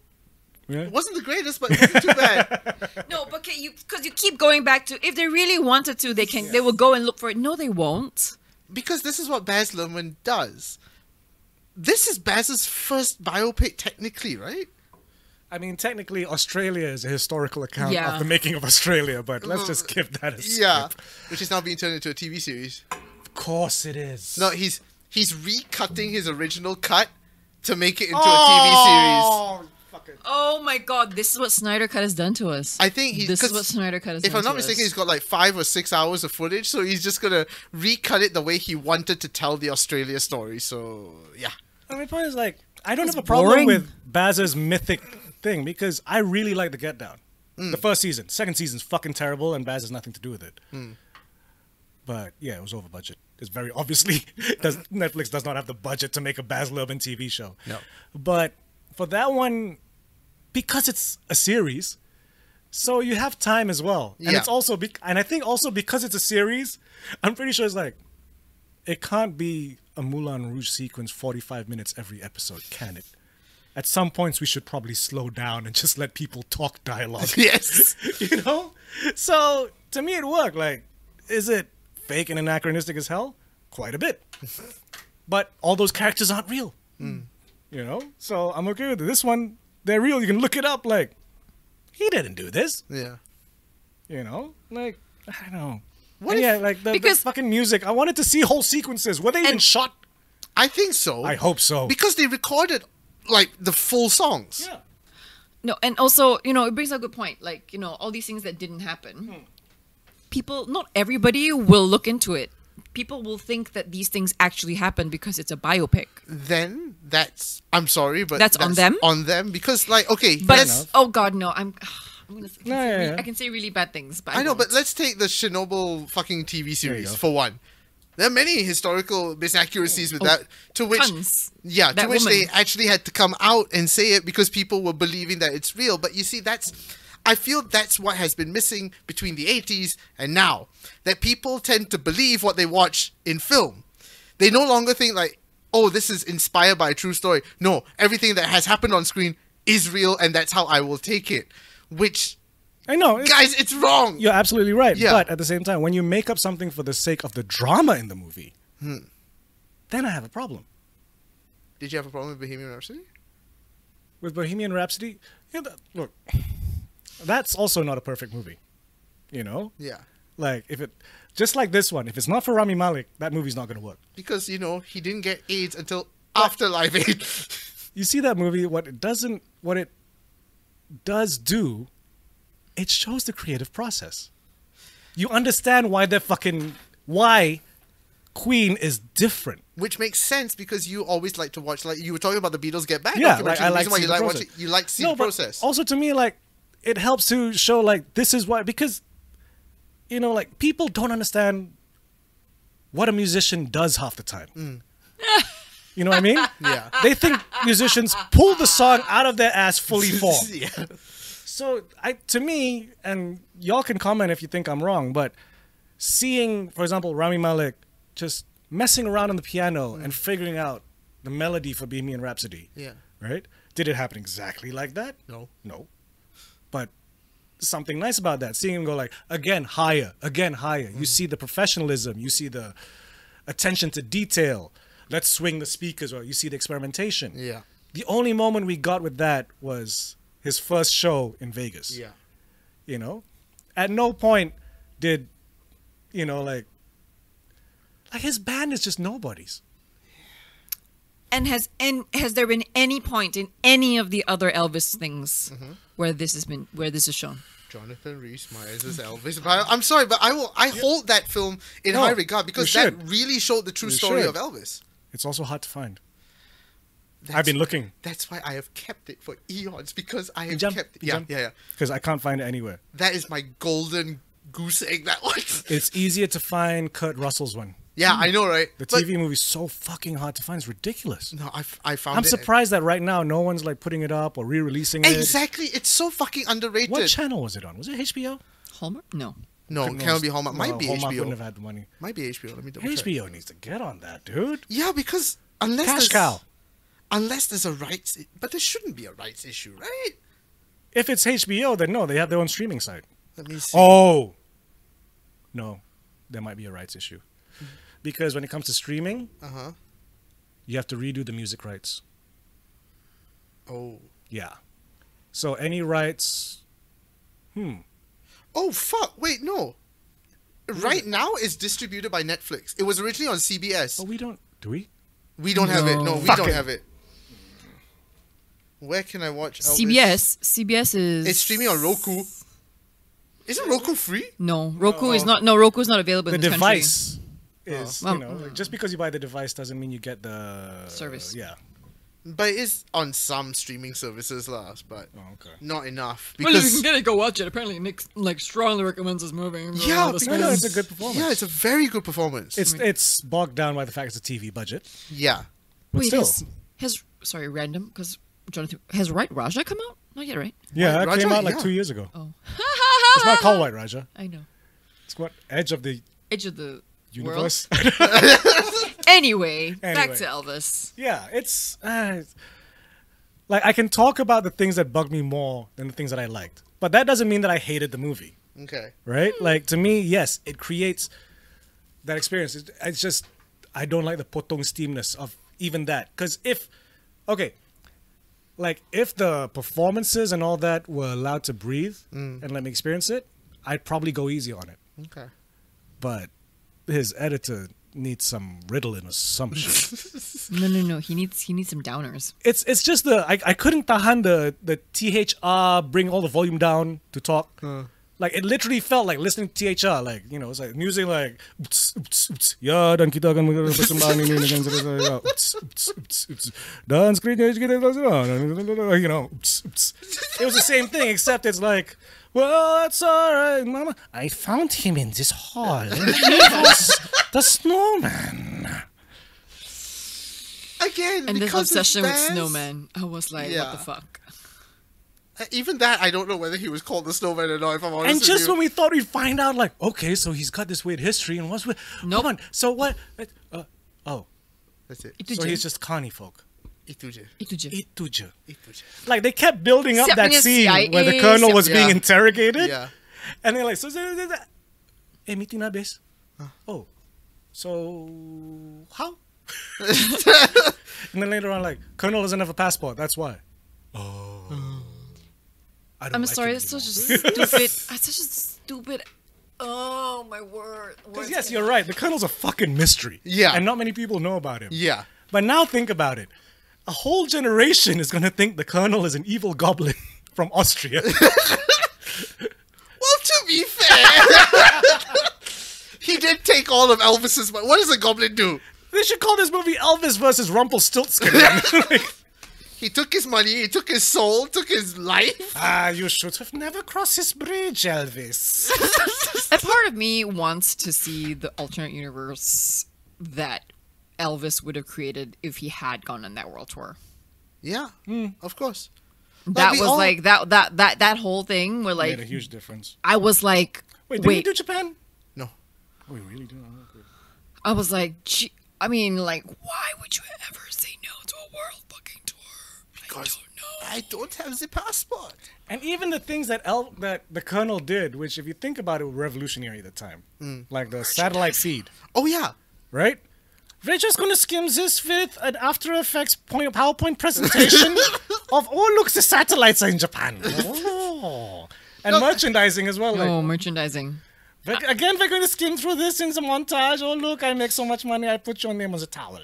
D: Yeah.
C: It wasn't the greatest, but it wasn't too bad.
B: No, but can you because you keep going back to if they really wanted to, they can they will go and look for it. No, they won't.
C: Because this is what Baz Luhrmann does. This is Baz's first biopic, technically, right?
D: I mean, technically, Australia is a historical account
B: Yeah.
D: of the making of Australia, but let's just give that a skip.
C: Yeah, which is now being turned into a TV series.
D: Of course it is.
C: No, he's he's recutting his original cut to make it into a TV series.
D: Oh, fuck it.
B: Oh my god! This is what Snyder Cut has done to us.
C: I think he-
B: this is
C: 'cause
B: what Snyder Cut has
C: If
B: done
C: I'm not
B: to us.
C: mistaken, he's got like five or six hours of footage, so he's just gonna recut it the way he wanted to tell the Australia story. So yeah,
D: I mean, point is, like, I don't have a problem
B: boring.
D: with Baz's mythic thing because I really like the Get Down.
C: Mm.
D: The first season, second season's fucking terrible, and Baz has nothing to do with it.
C: Mm.
D: But yeah, it was over budget. It's very obviously does, Netflix does not have the budget to make a Baz Luhrmann TV show.
C: No.
D: but for that one, because it's a series, so you have time as well, and
C: Yeah.
D: it's also bec and I think also because it's a series, I'm pretty sure it's like it can't be a Moulin Rouge sequence 45 minutes every episode, can it? At some points, we should probably slow down and just let people talk dialogue.
C: yes,
D: you know? So to me, it worked. Like, is it fake and anachronistic as hell? Quite a bit. But all those characters aren't real. You know? So I'm okay with it. This one, they're real. You can look it up. Like, he didn't do this.
C: yeah.
D: You know? Like, I don't know.
C: What
D: And
C: if-
D: yeah, like the,
B: because-
D: the fucking music. I wanted to see whole sequences. Were they even
B: And-
D: shot?
C: I think so.
D: I hope so.
C: because they recorded like the full songs.
D: Yeah.
B: No, and also, you know, it brings up a good point. Like, you know, all these things that didn't happen. People, not everybody will look into it. People will think that these things actually happened because it's a biopic.
C: Then that's I'm sorry, but
B: That's on them?
C: On them because like okay,
B: But
C: let's,
B: oh god, no, I'm. I'm gonna. I can,
D: No,
B: say
D: yeah,
B: really,
D: yeah.
B: I can say really bad things, but I,
C: I know,
B: won't.
C: but let's take the Chernobyl fucking TV series
D: go.
C: for one. There are many historical inaccuracies with
B: Oh,
C: that, to which
B: tons.
C: yeah, to
B: That
C: which they
B: woman.
C: actually had to come out and say it because people were believing that it's real. But you see, that's I feel that's what has been missing between the 80s and now that people tend to believe what they watch in film. They no longer think like, oh, this is inspired by a true story. No, everything that has happened on screen is real and that's how I will take it. Which,
D: I know. it's-
C: guys, it's wrong.
D: You're absolutely right.
C: Yeah.
D: But at the same time, when you make up something for the sake of the drama in the movie,
C: Hmm.
D: then I have a problem.
C: Did you have a problem with Bohemian Rhapsody?
D: With Bohemian Rhapsody, yeah, that, look, that's also not a perfect movie. You know?
C: Yeah.
D: Like, if it, just like this one, if it's not for Rami Malik, that movie's not going to work.
C: Because, you know, he didn't get AIDS until after Live Aid.
D: You see that movie, what it doesn't, what it does do, it shows the creative process. You understand why they're fucking, why Queen is different.
C: Which makes sense because you always like to watch, like, you were talking about the Beatles Get Back.
D: yeah,
C: documentary.
D: like I
C: The
D: like
C: reason why
D: seeing
C: you
D: the
C: like
D: process.
C: watching, you like see
D: No,
C: the
D: but
C: process.
D: Also, to me, like it helps to show like this is why because you know like people don't understand what a musician does half the time. You know what I mean?
C: Mm. Yeah.
D: They think musicians pull the song out of their ass fully formed.
C: yeah.
D: So I, to me, and y'all can comment if you think I'm wrong, but seeing, for example, Rami Malek just messing around on the piano and figuring out the melody for Bohemian Rhapsody.
C: Mm. Yeah.
D: Right? Did it happen exactly like that?
C: No.
D: No. But something nice about that, seeing him go like again higher, again higher. You
C: Mm.
D: see the professionalism. You see the attention to detail. Let's swing the speakers, or you see the experimentation.
C: Yeah.
D: The only moment we got with that was his first show in Vegas.
C: Yeah.
D: You know, at no point did, you know, like, like his band is just nobody's.
B: And has and has there been any point in any of the other Elvis things where this has been where this is shown?
C: Jonathan Rhys Meyers is Elvis. But I, am sorry, but I will. I hold that film in
D: No,
C: high regard because
D: you
C: that
D: should.
C: really showed the true
D: You
C: story
D: should.
C: of Elvis.
D: It's also hard to find.
C: That's-
D: been looking.
C: That's why I have kept it for eons because I have
D: Jump,
C: kept it. Yeah, yeah, yeah.
D: Because I can't find it anywhere.
C: That is my golden goose egg. That one.
D: It's easier to find Kurt Russell's one.
C: yeah, I know, right?
D: The
C: But-
D: TV movie's so fucking hard to find. It's ridiculous.
C: No, I, f- I found
D: I'm
C: it.
D: surprised that right now no one's like putting it up or re-releasing it.
C: Exactly, it's so fucking underrated.
D: What channel was it on? Was it HBO?
B: Hallmark? No.
C: no,
D: Goodness.
C: cannot be Oh, Hallmark. Might
D: No,
C: be
D: Hallmark
C: HBO.
D: wouldn't have had the money.
C: Might be HBO. Let me double check.
D: HBO needs to get on that, dude.
C: Yeah, because unless
D: Cash
C: there's,
D: cow.
C: unless there's a rights, i- but there shouldn't be a rights issue, right?
D: If it's HBO, then no, they have their own streaming site.
C: Let me see.
D: Oh, no, there might be a rights issue because when it comes to streaming,
C: Uh huh.
D: you have to redo the music rights.
C: Oh.
D: Yeah, so any rights?
C: Oh fuck! Wait, no. Right now is distributed by Netflix. It was originally on CBS.
D: Oh, we don't. Do we?
C: We don't have it. No,
B: No.
C: we
D: Fuck
C: don't
D: it.
C: have it. Where can I watch Elvis?
B: CBS. CBS is
C: It's streaming on Roku. Isn't Roku free?
B: No, Roku is not. No, Roku is not available
D: The
B: in this
D: device is
B: Well,
D: you know like, just because you buy the device doesn't mean you get the
B: Service.
D: Yeah.
C: But it's on some streaming services last, but
D: Oh, okay.
C: not enough
B: country. Well, if you
C: because
B: can get it, go watch it. Apparently, Nick like strongly recommends this movie.
C: yeah,
B: This
D: No,
C: because,
D: no, it's a good performance.
C: Yeah, it's a very good performance.
D: It's it's bogged down by the fact it's a TV budget.
C: yeah.
D: But
B: Wait,
D: still.
B: has, has sorry, random because Jonathan has Right Raja come out? Not yet, right?
D: Yeah,
C: White
D: that came
C: Raja?
D: out like
C: Yeah.
D: two years ago.
B: Oh,
D: It's not called White Raja.
B: I know.
D: It's what Edge of the
B: Edge of the
D: Universe.
B: World. Anyway, back
D: Anyway.
B: to Elvis.
D: yeah, it's uh, it's- like I can talk about the things that bugged me more than the things that I liked, but that doesn't mean that I hated the movie,
C: Okay.
D: right? Like to me, yes, it creates that experience. It's, it's just I don't like the potong steamness of even that because if okay. Like if the performances and all that were allowed to breathe and let me experience it, I'd probably go easy on it.
C: Okay.
D: but his editor needs some riddling or some shit.
B: No, no, no. He needs he needs some downers.
D: it's it's just the I, I couldn't tahan the the thr bring all the volume down to talk. Like it literally felt like listening to THR, like you know, it's like music like "Ups, ups, ups, ya dan kita akan menggelar persembahan ini dengan selesai, ups, ups, ups, ups, dan screennya kita selesai, you know, ups, ups. it was the same thing except it's like, well, that's all right, Mama. I found him in this hall. He was the snowman.
C: Again,
B: And this
C: because it's
B: obsession with
C: fans-
B: snowman, I was like,
C: Yeah.
B: what the fuck?
C: Uh, Even that, I don't know whether he was called the snowman or not. If I'm honest
D: And
C: with
D: just
C: you.
D: when we thought we'd find out, like, okay, so he's got this weird history, and what's with?
B: Nope.
D: Come on, so what? Uh, oh,
C: That's it.
B: Did
D: so
B: you?
D: he's just carny folk.
C: Ituja.
B: Itu je.
D: Ituja.
C: Ituja.
D: Like they kept building up
B: Siap
D: that
B: punya
D: scene
B: CIA,
D: where the colonel was
B: siap-
D: being
C: Yeah.
D: interrogated.
C: Yeah.
D: And they're like, so, so, so, so. Hey, meeting na base. Oh, so how? and then later on, like, Colonel doesn't have a passport. That's why.
C: Mm.
D: Oh. I don't
B: I'm
D: like
B: sorry,
D: you
B: that's such a
D: anymore.
B: stupid. That's such a stupid. Oh my word. words
D: 'Cause yes, you're right. The Colonel's a fucking mystery.
C: Yeah.
D: And not many people know about him.
C: Yeah.
D: But now think about it. A whole generation is going to think the Colonel is an evil goblin from Austria.
C: Well, to be fair, he did take all of Elvis's. But what does a goblin do?
D: they should call this movie Elvis versus Rumpelstiltskin. Like,
C: He took his money, he took his soul, took his life.
D: ah, you should have never crossed his bridge, Elvis.
B: A part of me wants to see the alternate universe that Elvis would have created if he had gone on that world tour.
C: Yeah, of course.
B: That
C: we
B: was
C: all-
B: like that that that that whole thing where
D: Made a
B: like
D: huge difference.
B: I was like
D: Wait,
B: wait,
D: did you do Japan?
C: No.
D: Oh, you really do.
B: I was like gee, I mean like why would you ever say no to a world fucking tour?
C: Because
B: I
C: I don't have the passport.
D: And even the things that El- that the Colonel did, which, if you think about it, were revolutionary at the time,
C: Mm.
D: like the satellite feed,
C: Oh, yeah.
D: right? We're just gonna skim this with an After Effects point PowerPoint presentation of oh look the satellites are in Japan, oh. and merchandising as well.
B: don't
D: Like,
B: know. Oh, merchandising.
D: we're- again, we're gonna skim through this in the montage. Oh look, I make so much money, I put your name on the towel.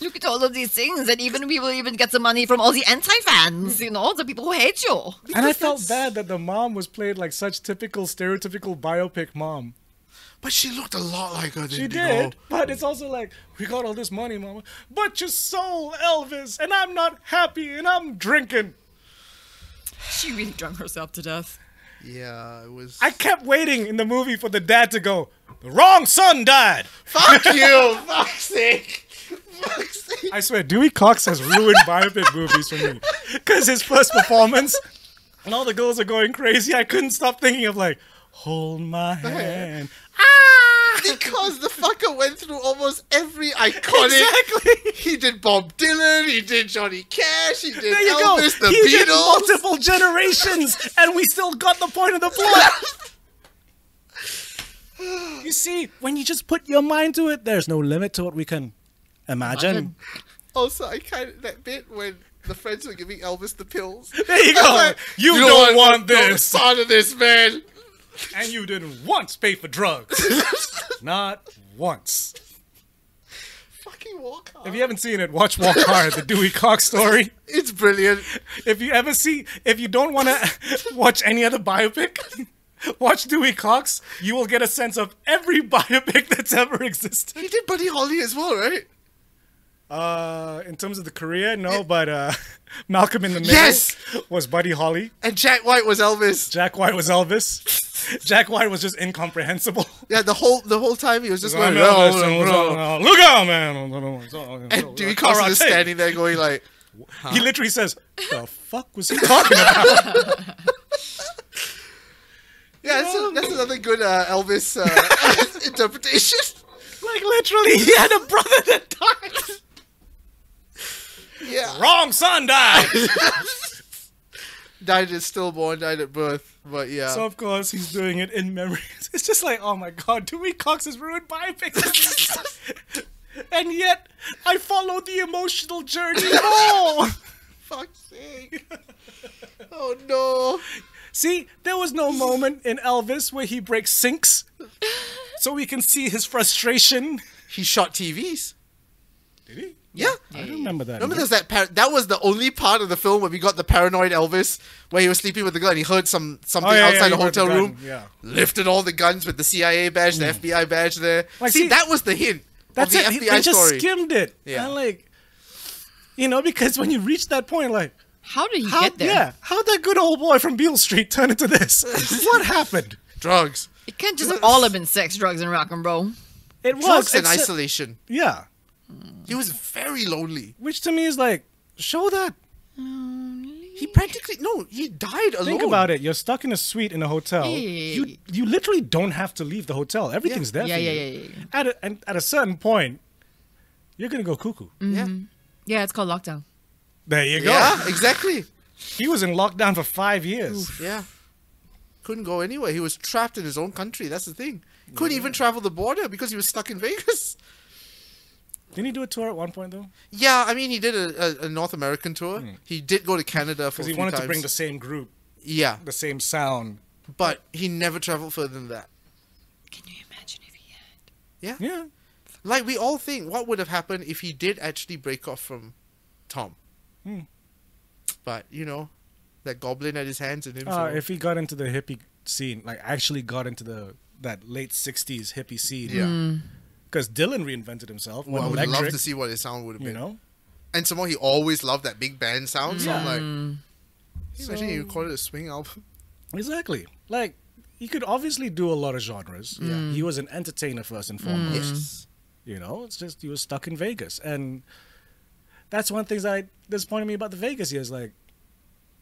B: Look at all of these things, and even people even get some money from all the anti fans, you know, the people who hate you.
D: and I felt bad that the mom was played like such typical stereotypical biopic mom.
C: But she looked a lot like her, didn't
D: She
C: you know?
D: did, but it's also like we got all this money, Mama, but your soul, Elvis, and I'm not happy, and I'm drinking.
B: She really drunk herself to death.
C: Yeah, it was.
D: I kept waiting in the movie for the dad to go. The wrong son died.
C: Fuck you! Fuck's sake! Fuck's sake!
D: I swear, Dewey Cox has ruined biopic movies for me, because his first performance, and all the girls are going crazy. I couldn't stop thinking of like, hold my hand.
C: Because the fucker went through almost every iconic.
D: Exactly.
C: He did Bob Dylan, he did Johnny Cash, he did
D: There you
C: Elvis,
D: go.
C: the
D: He
C: Beatles.
D: did multiple generations, and we still got the point of the plot. you see, when you just put your mind to it, there's no limit to what we can imagine.
C: Also, I kind of that bit when the friends were giving Elvis the pills.
D: There you go. Oh, You, don't, want
C: no
D: this,
C: Son of this man.
D: and you didn't once pay for drugs. Not once.
C: Fucking walk
D: If you haven't seen it, watch Walk Hard, the Dewey Cox story.
C: It's brilliant.
D: If you ever see, if you don't want to watch any other biopic, watch Dewey Cox. You will get a sense of every biopic that's ever existed.
C: He did Buddy Holly as well, right?
D: Uh, in terms of the career, no, but uh, Malcolm in the Middle
C: Yes!
D: was Buddy Holly.
C: And Jack White was Elvis.
D: Jack White was Elvis. Jack White was just incomprehensible.
C: Yeah, the whole the whole time he was just going,
D: I'm
C: no,
D: Elvis, and
C: no,
D: what's up
C: no.
D: now? Look out, man!
C: And Dewey Cox is just
D: Karate.
C: standing there going like,
D: He literally says, "The fuck was he talking about?"
C: yeah, that's, a- that's another good uh, Elvis uh, interpretation.
D: like literally, he had a brother that died.
C: Yeah,
D: Wrong son died.
C: died at stillborn, died at birth, but yeah.
D: So of course he's doing it in memory. It's just like, oh my god, Dewey Cox is ruined by pixels. and yet I follow the emotional journey more.
C: Fuck's sake. Oh no.
D: see, there was no moment in Elvis where he breaks sinks. So we can see his frustration.
C: He shot TVs.
D: Did he?
C: Yeah.
D: I don't remember that.
C: Remember, there's that. Par- that was the only part of the film where we got the paranoid Elvis, where he was sleeping with the girl and he heard some something
D: Oh, yeah, yeah,
C: outside
D: he
C: the
D: heard the
C: hotel
D: gun,
C: room.
D: yeah. Hmm.
C: Lifted all the guns with the CIA badge, the FBI badge. There.
D: Like,
C: see,
D: see-
C: that was the hint
D: That's
C: of
D: it.
C: the
D: He-
C: FBI
D: they just
C: story.
D: skimmed it.
C: Yeah.
D: Yeah. And like, you know, because when you reach that point, like,
B: How did he
D: how,
B: get there?
D: yeah, how'd that good old boy from Beale Street turn into this? what happened?
C: Drugs,
B: It can't just all have been sex, drugs, and rock and roll.
D: It
C: drugs, and
D: except-
C: isolation.
D: Yeah.
C: He was very lonely.
D: Which to me is like, show that.
C: He practically no. He died alone.
D: Think about it. You're stuck in a suite in a hotel.
B: Yeah, yeah, yeah,
D: You you literally don't have to leave the hotel. Everything's there
B: Yeah,
D: for
B: yeah,
D: you.
B: yeah, yeah,
D: At a, and at a certain point, you're gonna go cuckoo.
C: Yeah.
B: Yeah, it's called Lockdown.
D: There you go.
C: Mm. Yeah, exactly.
D: He was in lockdown for five years.
C: Yeah. Couldn't go anywhere. He was trapped in his own country. That's the thing. Couldn't even travel the border because he was stuck in Vegas.
D: Didn't he do a tour at one point though?
C: Yeah, I mean, he did a, a, a North American tour. He did go to Canada for a
D: Because Hmm. he
C: few
D: wanted to
C: times.
D: bring the same group,
C: yeah,
D: the same sound.
C: but he never traveled further than that.
B: Can you imagine if he had?
C: Yeah.
D: Yeah.
C: Like we all think, what would have happened if he did actually break off from Tom?
D: Hmm.
C: But you know, that goblin at his hands and him.
D: Uh,
C: so-
D: if he got into the hippie scene, like actually got into the that late '60s hippie scene,
C: yeah,
D: Because Dylan reinvented himself.
C: well,
D: went
C: I would
D: electric,
C: love to see what his sound would have
D: You
C: been.
D: know,
C: And some more, he always loved that big band sound. So I'm
D: Yeah.
C: like, can you imagine you call it a swing album.
D: exactly. Like he could obviously do a lot of genres. Yeah. He was an entertainer first and foremost.
C: Yes.
D: You know, it's just he was stuck in Vegas, and that's one thing that I, disappointed me about the Vegas years. Like,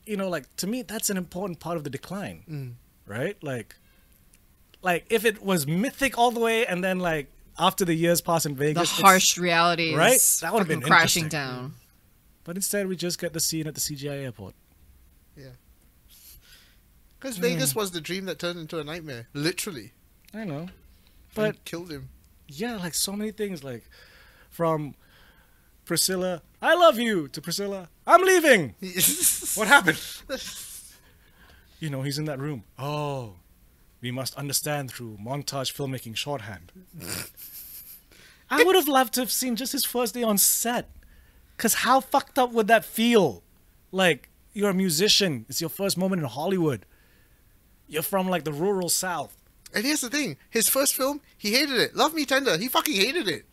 D: you know, like to me, that's an important part of the decline,
B: Mm.
D: right? Like, like if it was mythic all the way, and then like after the years pass in
B: The
D: Vegas, it's-
B: harsh realities.
D: Right? That would've
B: fucking
D: been
B: crashing
D: interesting.
B: down.
D: But instead, we just get the scene at the CGI airport.
C: Yeah. Because
D: Hmm.
C: Vegas was the dream that turned into a nightmare, literally.
D: I know,
C: But
D: but
C: killed him.
D: yeah, like so many things, like from Priscilla, I love you, to Priscilla, I'm leaving. What happened? you know, he's in that room. Oh, we must understand through montage filmmaking shorthand. I would have loved to have seen just his first day on set. Because how fucked up would that feel? Like, you're a musician, it's your first moment in Hollywood. You're from like the rural South.
C: And here's the thing: his first film, he hated it. Love Me Tender, he fucking hated it.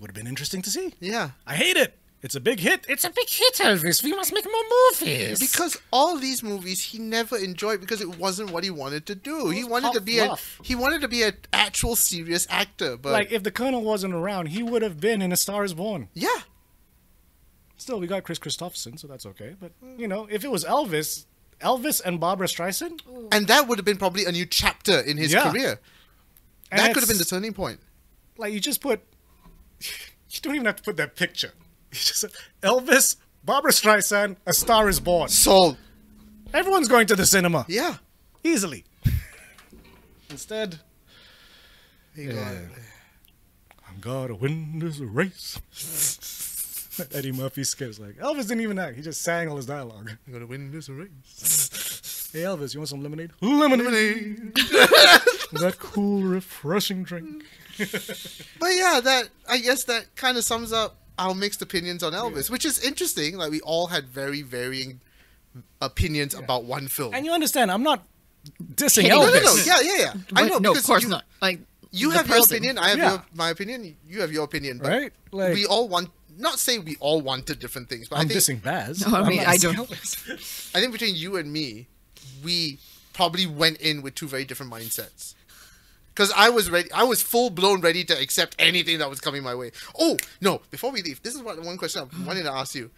D: Would have been interesting to see.
C: Yeah.
D: I hate it. It's a big hit. It's a big hit, Elvis. We must make more movies.
C: Because all these movies he never enjoyed because it wasn't what he wanted to do. He
D: was
C: wanted to
D: pop
C: be a,
D: fluff.
C: he wanted to be an actual serious actor, but
D: like, if the Colonel wasn't around, he would have been in A Star Is Born.
C: yeah,
D: Still, we got Chris Christopherson, so that's okay. But you know, if it was Elvis, Elvis and Barbara Streisand,
C: and that would have been probably a new chapter in his
D: Yeah.
C: career.
D: and
C: that could have
D: it's-
C: been the turning point.
D: like you just put. You don't even have to put that picture. You just Elvis, Barbara Streisand, A Star Is Born.
C: Sold.
D: Everyone's going to the cinema
C: Yeah.
D: easily. Instead,
C: He got it.
D: I'm gonna win this race. Eddie Murphy skips like Elvis didn't even act. He just sang all his dialogue.
C: I'm gonna win this race.
D: Hey Elvis, you want some lemonade? Lemonade. that cool, refreshing drink.
C: But yeah, that I guess that kind of sums up our mixed opinions on Elvis, which is interesting. Like we all had very varying opinions about one film.
D: And you understand, I'm not dissing
B: Kidding.
C: no, no, no,
D: Elvis.
C: yeah, yeah, yeah.
B: But
C: I know.
B: no, of
C: because
B: course
C: you,
B: not. Like
C: You
B: the
C: have your
B: person.
C: opinion. I have
D: Yeah.
C: your, my opinion. You have your opinion. But
D: Right? Like-
C: we all want. Not say we all wanted different things, but i
D: I'm
C: think
D: dissing Baz.
B: No, I
D: I'm
B: mean,
D: not
B: I
D: dissing
B: don't-
D: Elvis.
C: I think between you and me, we probably went in with two very different mindsets. Because I was ready, I was full blown ready to accept anything that was coming my way. Oh no! Before we leave, this is what one question
D: Mm.
C: I wanted to ask you: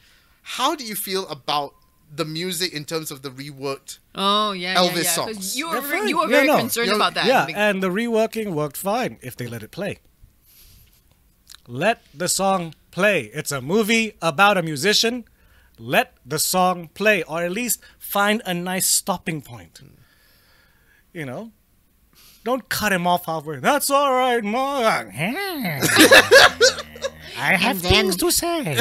C: How do you feel about the music in terms of the reworked?
B: Oh yeah, yeah,
C: Elvis
B: yeah. 'Cause
C: songs.
B: You were
D: They're
B: very, you
D: fine.
B: were
D: Yeah,
B: very
D: no.
B: concerned
C: You know,
B: about that.
D: yeah,
B: Big-
D: and the reworking worked fine if they let it play. Let the song play. It's a movie about a musician. Let the song play, or at least find a nice stopping point. You know, don't cut him off halfway. That's all right, Mark. I have things to say.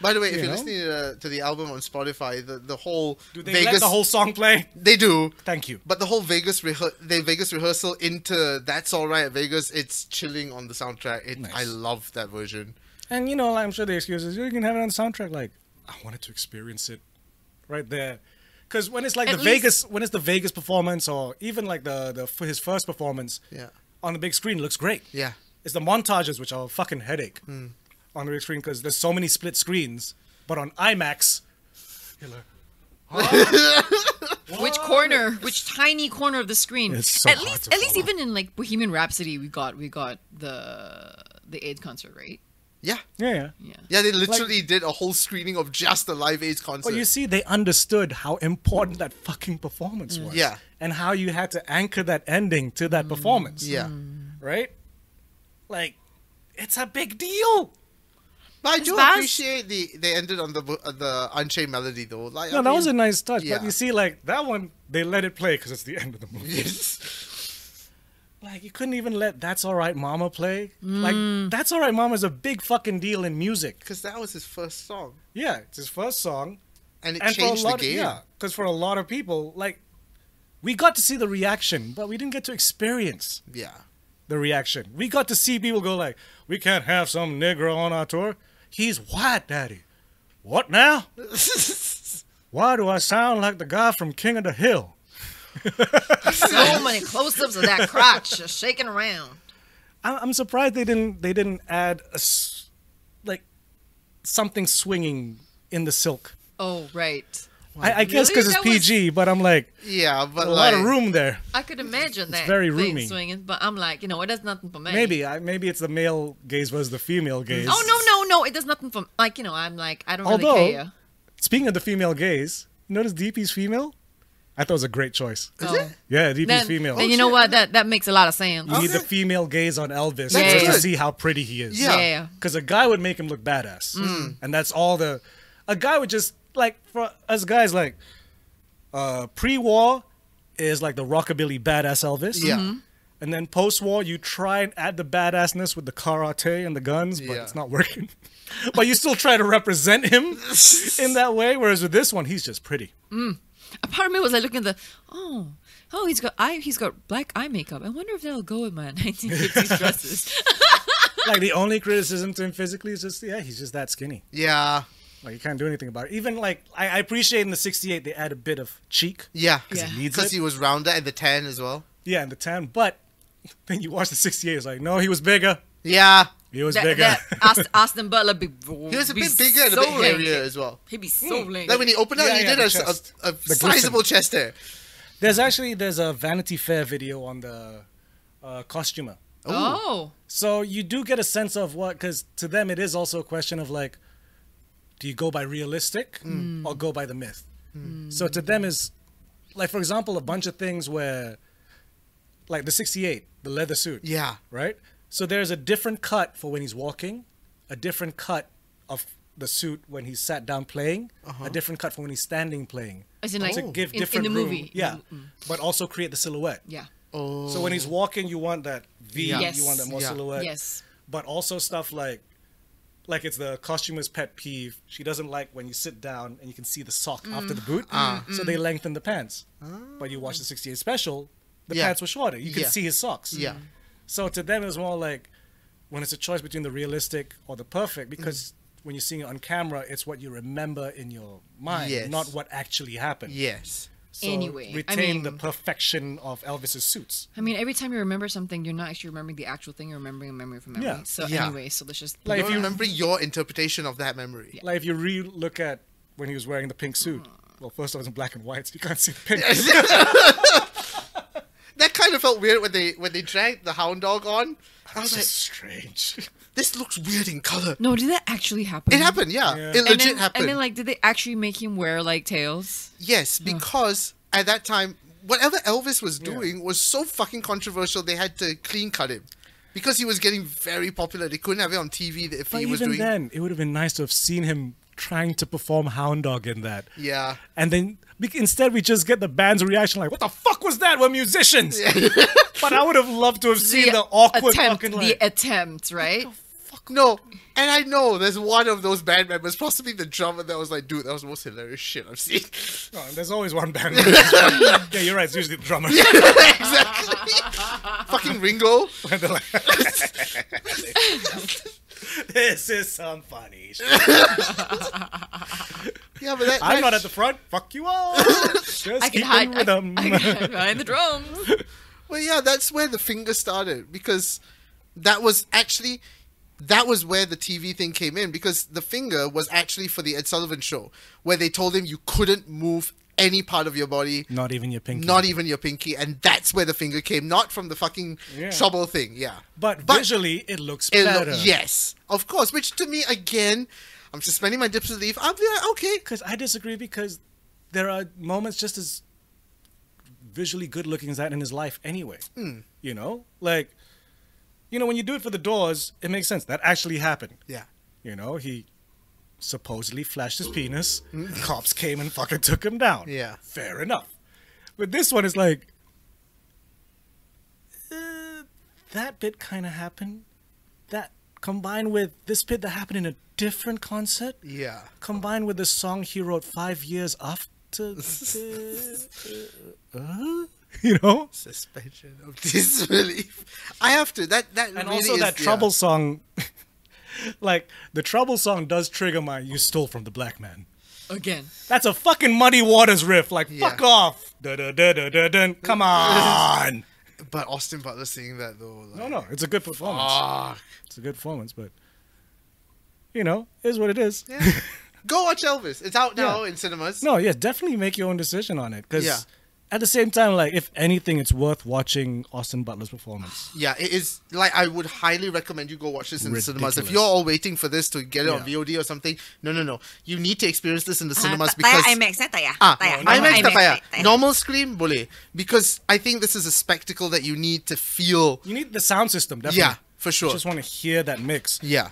C: By the way, if
D: You
C: you're
D: know?
C: listening to the, to the album on Spotify, the the whole
D: Do they
C: Vegas
D: let the whole song play?
C: they do.
D: Thank you.
C: But the whole Vegas rehe- the Vegas rehearsal into That's All Right at Vegas, it's chilling on the soundtrack. It, I love that version.
D: And you know, I'm sure the excuse is you can have it on the soundtrack. Like, I wanted to experience it right there. Because when it's like
B: At
D: the
B: least-
D: Vegas, when it's the Vegas performance, or even like the the for his first performance,
C: Yeah.
D: on the big screen looks great.
C: Yeah. Hmm.
D: it's the montages which are a fucking headache on the big screen because there's so many split screens. But on IMAX, you're like,
B: which corner, which tiny corner of the screen?
D: It's so
B: at
D: hard
B: least,
D: to
B: at least,
D: follow.
B: even in like Bohemian Rhapsody, we got we got the the aid concert, right?
C: Yeah.
D: yeah, yeah.
B: Yeah.
C: Yeah, they literally did a whole screening of just the Live Aid concert.
D: But Oh, you see, they understood how important that fucking performance was.
C: Yeah.
D: And how you had to anchor that ending to that hmm. performance.
C: yeah.
D: right? Like, it's a big deal.
C: But I do
E: Spaz?
C: appreciate the they ended on the uh, the Unchained melody though. Like I
D: No, that was a
C: mean-
D: nice touch.
C: yeah.
D: But you see, like that one, they let it play because it's the end of the movie. Like you couldn't even let "That's All Right, Mama" play.
C: Mm.
D: Like "That's All Right, Mama" is a big fucking deal in music.
C: because that was his first song,
D: Yeah, it's his first song,
C: and it
D: and for a
C: changed the
D: lot,
C: game.
D: yeah, because for a lot of people, like we got to see the reaction, but we didn't get to experience
C: Yeah.
D: the reaction. We got to see people go like, "We can't have some negro on our tour. He's white, daddy. What now? Why do I sound like the guy from King of the Hill?"
E: So many close-ups of that crotch just shaking around.
D: I- I'm surprised they didn't they didn't add a s- like something swinging in the silk.
B: Oh, right.
D: I, I guess
E: Really?
D: because it's
E: That was-
D: PG, but I'm like
C: Yeah, but
D: a
C: like,
D: lot of room there.
E: I could imagine that
D: very
E: thing
D: roomy.
E: swinging, but I'm like, you know, it does nothing for me.
D: Maybe I, maybe it's the male gaze versus the female gaze.
E: Oh no, no, no! It does nothing for like you know. I'm like, I don't
D: Although
E: really care.
D: speaking of the female gaze, notice DP's female. I thought it was a great choice.
B: Oh.
E: Is it?
D: Yeah, DP's
E: Uh, Then,
D: female.
E: then you know what? That that makes a lot of sense.
D: You need the female gaze on Elvis
E: Yeah,
D: just
E: yeah.
D: to see how pretty he is.
C: Yeah. Mm.
E: yeah.
D: because a guy would make him look badass, and that's all the. A guy would just like for us guys like, uh, pre-war is like the rockabilly badass Elvis.
C: Yeah. Mhm.
D: And then post-war, you try and add the badassness with the karate and the guns, but
C: Yeah.
D: it's not working. but you still try to represent him in that way. Whereas with this one, he's just pretty.
B: A part of me was like looking at the oh oh he's got eye he's got black eye makeup. I wonder if that'll go with my 1950s dresses.
D: Like the only criticism to him physically is just yeah, he's just that skinny.
C: yeah,
D: Like you can't do anything about it. Even like I, I appreciate in the '68 they add a bit of cheek.
C: yeah,
D: 'Cause he Yeah. needs
C: because
D: it.
C: he was rounder and the tan as well.
D: Yeah, in the town. But then you watch the 68, it's like, no, he was bigger.
C: Yeah,
D: He was
B: that,
D: bigger.
B: that Aust- Austin Butler be
C: he was a
B: be
C: bit bigger and a
B: so
C: bit hairier
B: lanky.
C: as well.
B: He'd be so lame.
C: Like Hmm. when he opened up,
D: Yeah,
C: he
D: yeah,
C: did
D: the
C: a, s- a-
D: chest.
C: a
D: glisten.
C: sizable chest there.
D: there's actually there's a Vanity Fair video on the uh, costumer.
B: Oh,
D: So you do get a sense of what, because to them it is also a question of like, do you go by realistic or go by the myth? So to them is, like for example, a bunch of things where, like the '68, the leather suit.
C: Yeah.
D: Right. So there's a different cut for when he's walking, a different cut of the suit when he's sat down playing, a different cut for when he's standing playing.
B: As in, like,
D: to give
B: in- in
D: different
B: the
D: room.
B: movie. Mm-hmm.
D: Yeah. But also create the silhouette.
B: yeah.
D: So when he's walking, you want that V,
C: Yeah.
D: you want that more
C: Yes. Yeah.
D: silhouette.
B: Yes.
D: But also stuff like, like it's the costumer's pet peeve. She doesn't like when you sit down and you can see the sock
B: Mm.
D: after the boot.
C: Ah.
B: Mm-hmm.
D: So they lengthen the pants. But you watch the 68 special, the
C: Yeah.
D: pants were shorter. You could
C: Yeah.
D: see his socks.
C: Yeah.
D: So to them, it's more like when it's a choice between the realistic or the perfect
C: Mm.
D: because. When you're seeing it on camera, it's what you remember in your mind,
C: Yes.
D: not what actually happened.
C: Yes.
D: So
B: Anyway, I
D: retain the
B: mean-
D: perfection of Elvis's suits.
B: I mean, every time you remember something, you're not actually remembering the actual thing. You're remembering a memory from memory.
D: Yeah.
B: So
C: Yeah.
B: anyway, so let's just
D: Like
C: Like
D: if
C: if
D: you-
C: you remember your interpretation of that memory.
D: Like if you re-look at when he was wearing the pink suit. Well, first I was in black and white, so you can't see the pink.
C: That kind of felt weird when they when they dragged the hound dog on. I was
D: It's
C: like,
D: just strange.
C: this looks weird in color.
B: no, did that actually happen?
C: It happened, yeah.
D: Yeah.
C: It
B: And
C: legit
B: then,
C: happened.
B: And then, like, did they actually make him wear like tails?
C: yes, because at that time, whatever Elvis was doing was so fucking controversial. They had to clean cut him because he was getting very popular. They couldn't have it on TV if
D: But
C: he was
D: even
C: doing.
D: then, it would have been nice to have seen him trying to perform Hound Dog in that.
C: Yeah.
D: And then bec- instead, we just get the band's reaction like, "What the fuck was that? We're musicians." but I would have loved to have seen the, awkward
B: attempt,
D: fucking
B: the e-
D: like,
B: attempt, right?
C: Fuck no. And I know there's one of those band members, possibly the drummer, that was like, dude, that was the most hilarious shit I've seen.
D: Oh, there's always one band. yeah, you're right. It's usually the drummer.
C: exactly. fucking Ringo.
D: And they're like, this is some funny shit.
C: Yeah, but that,
D: I'm
C: that-
D: not at the front. Fuck you all. Just
B: I can
D: keep
B: hide.
D: in
B: I,
D: rhythm.
B: I can hide the drums.
C: Well, yeah, that's where the finger started because that was actually that was where the TV thing came in because the finger was actually for the Ed Sullivan show where they told him you couldn't move any part of your body,
D: Not even your pinky.
C: not even your pinky, and that's where the finger came, not from the fucking
D: Yeah.
C: trouble thing. Yeah,
D: But, visually, it looks
C: it
D: better.
C: lo- yes, of course. Which to me, again, I'm suspending my disbelief. I'm like, okay,
D: Because I disagree because there are moments just as visually good looking as that in his life anyway.
C: Hmm.
D: You know? Like, you know, when you do it for the doors, it makes sense. That actually happened.
C: yeah,
D: You know, he supposedly flashed his penis. Cops came and fucking took him down.
C: Hmm. Yeah.
D: Fair enough. But this one is like, uh, that bit kind of happened. That combined with this bit that happened in a different concert.
C: Yeah.
D: Combined with the song he wrote five years after. the- uh, you know?
C: Suspension of disbelief. I have to. That that
D: and
C: really
D: also
C: is-
D: that
C: yeah.
D: trouble song like the trouble song does trigger my you stole from the black man
B: Again.
D: that's a fucking muddy waters riff like
C: Yeah.
D: fuck off da da da da da dun. come on
C: But Austin Butler singing that though. Like,
D: no no it's a good performance
C: ah,
D: it's a good performance but you know it is what it is
C: yeah. Go watch Elvis. It's out now
D: Yeah.
C: in cinemas.
D: no yeah definitely make your own decision on it because
C: Yeah.
D: at the same time like if anything it's worth watching austin butler's performance
C: Yeah, it is. Like, I would highly recommend you go watch this in the cinemas. If
D: Ridiculous.
C: you're all waiting for this to get it on
D: Yeah.
C: VOD or something, no, no, no. You need to experience this in the cinemas
E: Ah,
C: because.
E: tayar IMAX eh tayar.
C: Ah,
E: Tayar.
C: IMAX tak payah.
E: tayar.
C: Normal screen boleh. Because I think this is a spectacle that you need to feel.
D: you need the sound system definitely
C: Yeah, for sure.
D: just want to hear that mix
C: Yeah.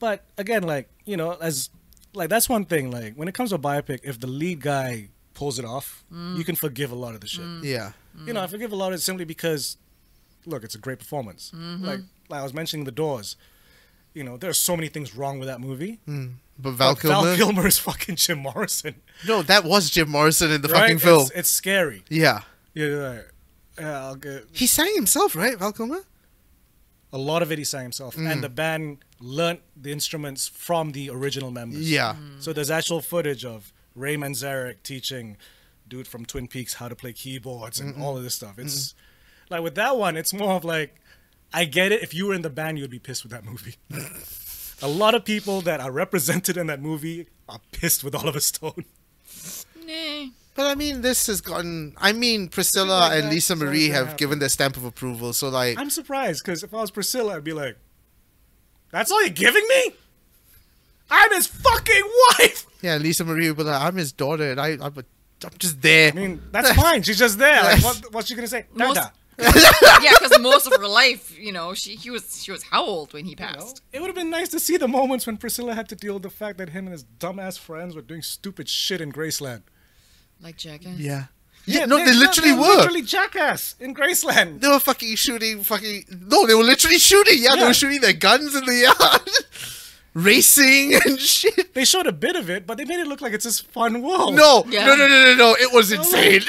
D: But again, like you know, as like that's one thing. Like when it comes to a biopic, if the lead guy pulls it off,
C: Mm.
D: you can forgive a lot of the shit.
C: Yeah.
D: You
C: mm.
D: know, I forgive a lot of it simply because, look, it's a great performance.
C: Mm-hmm.
D: Like, like I was mentioning, The Doors. You know, there are so many things wrong with that movie.
C: Mm. But Val
D: But Val
C: Kilmer.
D: Kilmer is fucking Jim Morrison.
C: No, that was Jim Morrison in the
D: Right?
C: fucking film.
D: It's, it's scary.
C: yeah.
D: Yeah, right. yeah. I'll get,
C: He sang himself, right, Val Kilmer?
D: a lot of it he sang himself,
C: Mm.
D: and the band learnt the instruments from the original members.
C: Yeah. Mm.
D: So there's actual footage of Ray Manzarek teaching dude from Twin Peaks how to play keyboards and all of this stuff. It's like with that one, it's more of like, I get it. If you were in the band, you'd be pissed with that movie. a lot of people that are represented in that movie are pissed with Oliver Stone.
B: Nah.
C: But I mean, this has gotten. I mean, Priscilla
D: like
C: and
D: that,
C: Lisa
D: it's always
C: Marie
D: gonna
C: have
D: happen.
C: given their stamp of approval. So, like,
D: I'm surprised because if I was Priscilla, I'd be like, "That's all you're giving me? I'm his fucking wife."
C: yeah, Lisa Marie would be like, I'm his daughter and I, I'm, a, I'm just there.
D: I mean, that's fine. She's just there. Like, what, what's she gonna say?
B: Most-
D: Dada.
B: yeah, because most of her life, you know, she he was she was how old when he
D: You know?
B: passed?
D: It would have been nice to see the moments when Priscilla had to deal with the fact that him and his dumbass friends were doing stupid shit in Graceland.
B: Like Jackass.
C: yeah. Yeah, no, they literally
D: they
C: were.
D: Literally jackass in Graceland.
C: they were fucking shooting, fucking. No, they were literally shooting. Yeah, they
D: Yeah.
C: were shooting their guns in the yard, racing and shit.
D: They showed a bit of it, but they made it look like it's this fun world.
C: No,
B: Yeah.
C: no, no, no, no, no. It
D: Oh,
C: was insane.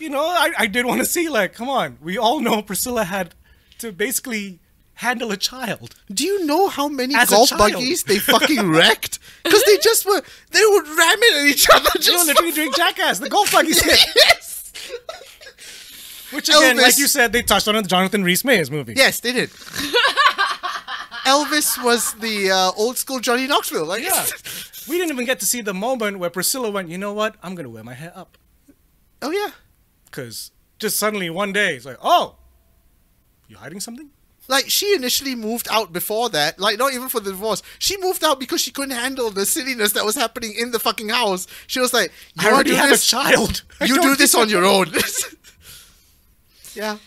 D: you know, I, I did want to see like, come on, we all know Priscilla had to basically handle a child.
C: Do you know how many
D: As a
C: golf
D: child.
C: buggies they fucking wrecked? Because they just were. They would ram it at each other.
D: They were
C: Just
D: literally doing jackass, the golf buggy shit.
C: yes.
D: Which again,
C: Elvis.
D: like you said, they touched on in the Jonathan Rhys Meyers movie.
C: Yes, they did. Elvis was the uh, old school Johnny Knoxville. Like,
D: Yeah. we didn't even get to see the moment where Priscilla went, you know what? I'm going to wear my hair up.
C: oh yeah.
D: Because just suddenly one day, it's like, oh, you hiding something?
C: Like she initially moved out before that. Like not even for the divorce. She moved out because she couldn't handle the silliness that was happening in the fucking house. She was like, "You
D: I
C: wanna
D: already
C: do
D: have
C: this?
D: a child. I
C: You
D: don't
C: do
D: need
C: this
D: to-
C: on your own." yeah.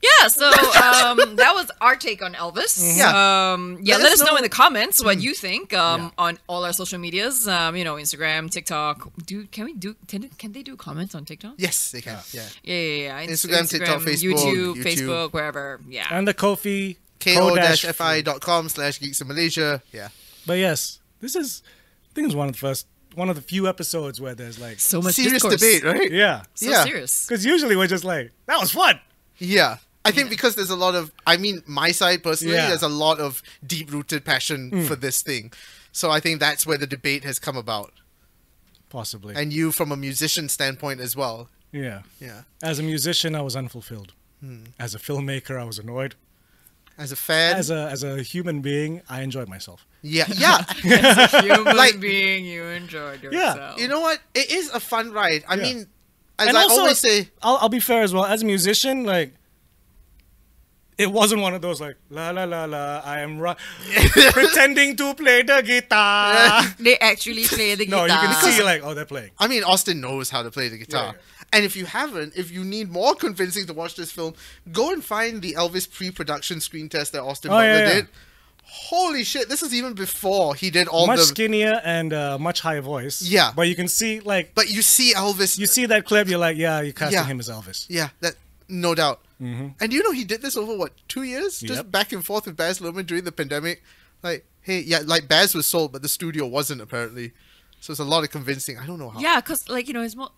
B: Yeah, so um, that was our take on Elvis.
C: Yeah.
B: Um, yeah, let, us know in the comments what you think um, on all our social medias. Um, you know, Instagram, TikTok. Do can we do? Can, can they do comments on TikTok?
C: Yes, they can. Yeah.
B: Yeah, yeah, yeah. Ins-
C: Instagram, TikTok, Facebook,
B: YouTube,
C: YouTube.
B: Facebook, wherever. Yeah.
D: And the Kofi.
C: ko-fi.com slash geeks in Malaysia. Yeah.
D: But yes, this is, I think it's one of the first, one of the few episodes where there's like,
B: so much
C: Serious
B: discourse.
C: debate, right?
D: yeah.
B: So
C: Yeah.
B: serious.
D: Because usually we're just like, that was fun.
C: Yeah. I think because there's a lot of, I mean, my side personally,
D: Yeah. Mm.
C: there's a lot of deep rooted passion for this thing. So I think that's where the debate has come about.
D: Possibly.
C: And you, from a musician standpoint as well.
D: yeah.
C: Yeah. Hmm.
D: As a musician, I was unfulfilled. As a filmmaker, I was annoyed.
C: As a fan.
D: As a as a human being, I enjoyed myself.
C: yeah. Yeah.
B: Human
C: Like-
B: being, you enjoyed yourself.
C: you know what? It is a fun ride. I
D: Yeah.
C: mean, as I always say,
D: I'll, I'll be fair as well. As a musician, like, it wasn't one of those like la la la la. I am ru- pretending to play the guitar.
B: they actually play the
D: no,
B: guitar.
D: you can see like, oh, they're playing.
C: I mean, Austin knows how to play the guitar. And if you haven't, if you need more convincing to watch this film, go and find the Elvis pre-production screen test that Austin
D: Oh,
C: Butler
D: yeah, yeah.
C: did. holy shit, this is even before he did all
D: much
C: the.
D: skinnier and uh, much higher voice.
C: Yeah.
D: but you can see like
C: but you see Elvis.
D: you see that clip, you're like, yeah, you're casting
C: Yeah.
D: him as Elvis.
C: Yeah, that no doubt. And you know he did this over what two years, just
D: Mm-hmm. Yep.
C: back and forth with Baz Luhrmann during the pandemic. Like, hey, yeah, like Baz was sold, but the studio wasn't apparently. So it's a lot of convincing. I don't know how.
B: Yeah, because like you know, it's more.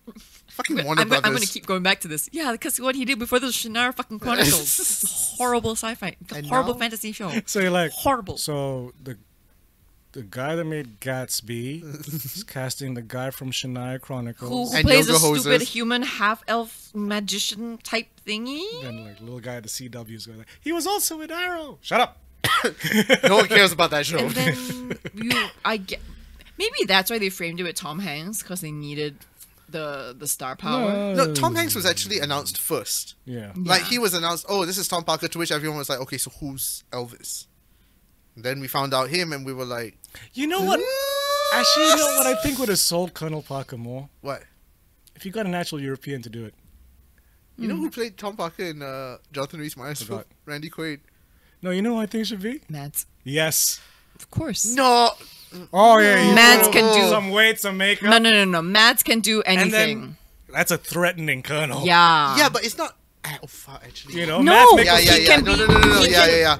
C: fucking
B: I'm,
C: Warner
B: gonna- I'm gonna
C: Brothers.
B: keep going back to this. Yeah, because what he did before the Shannara fucking Chronicles, horrible sci-fi,
C: And
B: horrible
C: now-
B: fantasy show.
D: So you're like
B: horrible.
D: So the the guy that made Gatsby is casting the guy from Shania
B: who,
D: Chronicles.
B: who
C: And
B: plays a
C: yoga
B: stupid
C: hoses.
B: human half elf magician type thingy?
D: And like little guy at the CW is going like, he was also in Arrow. Shut up.
C: no one cares about that show.
B: And then you, I get. Maybe that's why they framed it with Tom Hanks because they needed the the star power.
C: no, Tom Hanks was actually announced first.
D: Yeah.
C: Like
B: Yeah.
C: he was announced, oh, this is Tom Parker. To which everyone was like, okay, so who's Elvis? And then we found out him, and we were like,
D: You know what? Actually, you know what I think would have sold Colonel Parker more
C: what?
D: if you got a natural European to do it.
C: You
B: Mm.
C: know who played Tom Parker in uh, Jonathan Rhys Meyers?
D: Forgot.
C: Randy Quaid.
D: No, you know who I think it should be?
B: Mads,
D: Yes.
B: of course.
C: No,
D: Oh yeah. you
B: Mads
D: put
B: can do-
D: some weight, some makeup,
B: No, no, no, no. Mads can do
D: and
B: anything.
D: then that's a threatening Colonel.
B: Oh. yeah.
C: yeah, but it's not. Oh fuck, actually.
D: You know.
B: No,
D: Mads make
C: Yeah,
D: a-
C: yeah,
B: Oh, He
C: yeah.
B: can
C: No,
B: be-
C: no, no, no, no.
B: he
C: Yeah,
B: can-
C: yeah, yeah.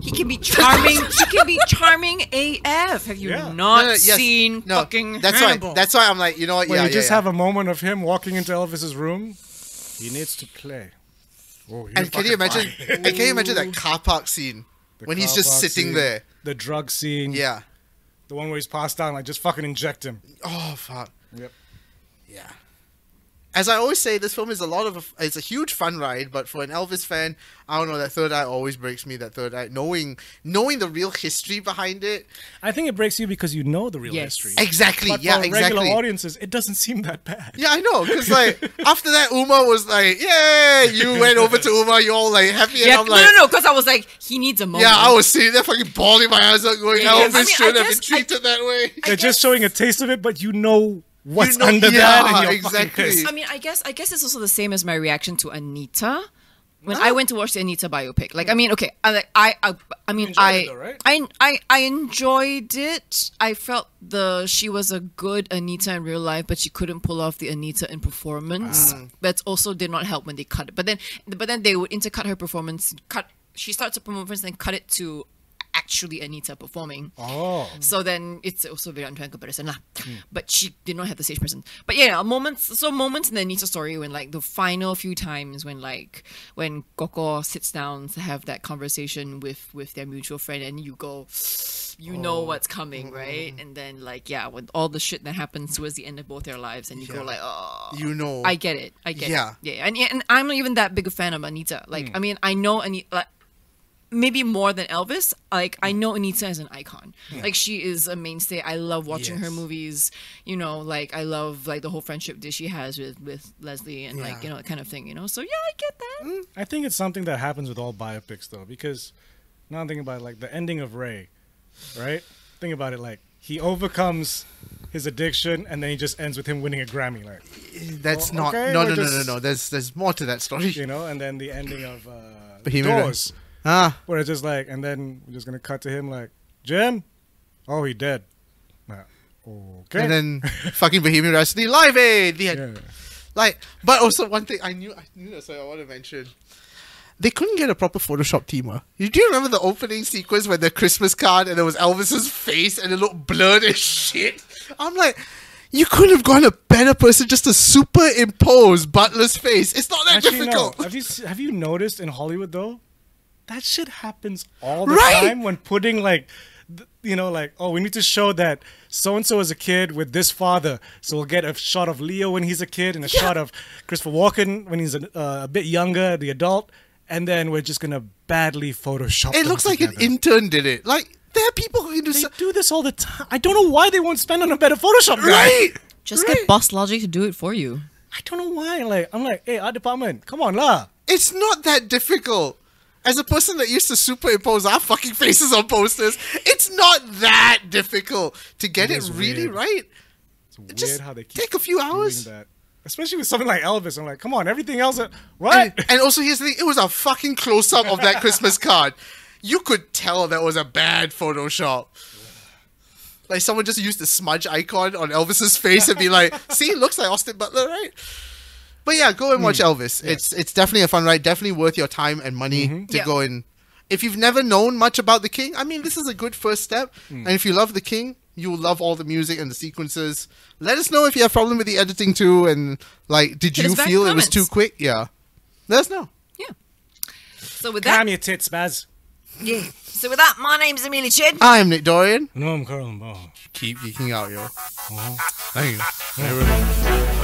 B: He can be charming. he can be charming AF. Have you
D: Yeah.
C: No,
B: not
C: no, yes.
B: seen
C: No,
B: fucking
C: That's
B: Hannibal?
C: why. That's why I'm like, you know what?
D: When
C: yeah,
D: you
C: yeah,
D: just
C: yeah.
D: have a moment of him walking into Elvis's room, he needs to play. Oh, you're
C: and can you
D: fucking
C: imagine?
D: fine.
C: and can you imagine that car park scene
D: The
C: when he's
D: car
C: just
D: park
C: sitting
D: scene,
C: there?
D: The drug scene.
C: Yeah.
D: The one where he's passed out, like just fucking inject him.
C: Oh fuck.
D: Yep.
C: Yeah. As I always say, this film is a lot of it's a huge fun ride, but for an Elvis fan, I don't know that third eye always breaks me. That third eye, knowing knowing the real history behind it,
D: I think it breaks you because you know the real
B: Yes.
D: history.
C: exactly.
D: But
C: yeah,
D: for
C: exactly.
D: regular audiences, it doesn't seem that bad.
C: Yeah, I know. Because like after that, Uma was like, "Yay!" You went over to Uma. You all like happy, and
B: Yeah,
C: I'm
B: no,
C: like,
B: no, no, because I was like, he needs a moment.
C: "Yeah." I was sitting there, fucking bawling my eyes out, going,
B: Yeah,
C: "Elvis
B: I mean, I
C: shouldn't have been
B: guess- I-
C: treated that way."
D: They're just showing a taste of it, but you know what's
C: You know-
D: under
C: yeah,
D: that. And you're
C: exactly.
D: exactly. Pissed.
B: I mean, I guess I guess it's also the same as my reaction to Anita when I went to watch the Anita biopic. Like, I mean, okay, I like I I, I mean,
D: enjoyed
B: I,
D: it though, right?
B: I I I enjoyed it. I felt the she was a good Anita in real life, but she couldn't pull off the Anita in performance.
D: Ah.
B: That also did not help when they cut it. But then, but then they would intercut her performance. Cut she starts a performance, then cut it to actually Anita performing.
D: Oh.
B: So then it's also very unfair comparison lah. But she did not have the stage presence. But yeah, moments so moments in the Anita story when like the final few times when like when Coco sits down to have that conversation with with their mutual friend and you go you know what's coming, right? And then like yeah, with all the shit that happens towards the end of both their lives and you go like oh
C: You know,
B: I get it. I get
C: Yeah. Mm.
B: it. Yeah. Yeah. And, and I'm not even that big a fan of Anita. Like, I mean, I know Anita, like, maybe more than Elvis. Like,
C: Mm.
B: I know Anita as an icon. Like, she is a mainstay. I love watching her
D: Yes.
B: movies. You know, like, I love, like, the whole friendship that she has with, with Leslie and, like,
C: Yeah. Mm,
B: you know, that kind of thing, you know? So, yeah, I get that.
D: I think it's something that happens with all biopics, though, because now I'm thinking about it, like the ending of Ray, right? Think about it, like he overcomes his addiction, and then he just ends with him winning a Grammy, like
C: that's
D: Oh,
C: not.
D: okay,
C: no,
D: we're
C: no, no, no,
D: just-
C: no. There's there's more to that story.
D: you know. And then the ending of uh, The
C: Bohemian
D: Doors,
C: Ah,
D: where it's just like, and then we're just gonna cut to him, like Jim, oh he dead, Like, okay,
C: and then fucking Bohemian Rhapsody live aid. The end.
D: yeah.
C: Like, but also one thing I knew, I knew that's what I want to mention. They couldn't get a proper Photoshop team. huh? You Do you remember the opening sequence where the Christmas card and there was Elvis's face and it looked blurred as shit? I'm like, you could have gone a better person just to superimpose Butler's face. It's not that
D: Actually, no.
C: difficult.
D: Have you s- have you noticed in Hollywood though, that shit happens all the
C: Right.
D: time when putting like, th- you know, like oh we need to show that so and so is a kid with this father, so we'll get a shot of Leo when he's a kid and a shot of Christopher Walken when he's a, uh, a bit younger, the adult, and then we're just gonna badly Photoshop.
C: It
D: them
C: looks like an
D: together.
C: intern did it. Like, there are people who can do
D: They
C: so-
D: do this all the time. I don't know why they won't spend on a better Photoshop guy.
C: Right!
B: Just
C: Right.
B: get Boss Logic to do it for you.
D: I don't know why. Like I'm like, hey, art department, come on lah.
C: It's not that difficult. As a person that used to superimpose our fucking faces on posters, it's not that difficult to get
D: It
C: it,
D: is
C: really
D: weird.
C: right.
D: It's weird
C: Just
D: how they keep
C: take a few
D: doing
C: hours.
D: that. Especially with something like Elvis, I'm like, come on, everything else, uh, what?
C: And, and also, here's the thing: it was a fucking close up of that Christmas card. you could tell that was a bad Photoshop. Like someone just used the smudge icon on Elvis's face and be like, "See, it looks like Austin Butler, right?" But yeah, go and watch Elvis. It's it's definitely a fun ride. Definitely worth your time and money to
B: Yeah.
C: go and. If you've never known much about the King, I mean, this is a good first step. And if you love the King, you'll love all the music and the sequences. Let us know if you have problem with the editing too, and like, did
B: Hit
C: you
B: us back
C: feel
B: in
C: it was too
B: comments.
C: quick? Yeah, let us know.
B: Yeah. So with that,
D: Calm your tits, Baz.
E: Yeah. So with that, my name's Amelia Chin.
C: I'm Nick Dorian.
D: No, I'm Carl Ball.
C: Keep geeking out, yo.
D: Thank you.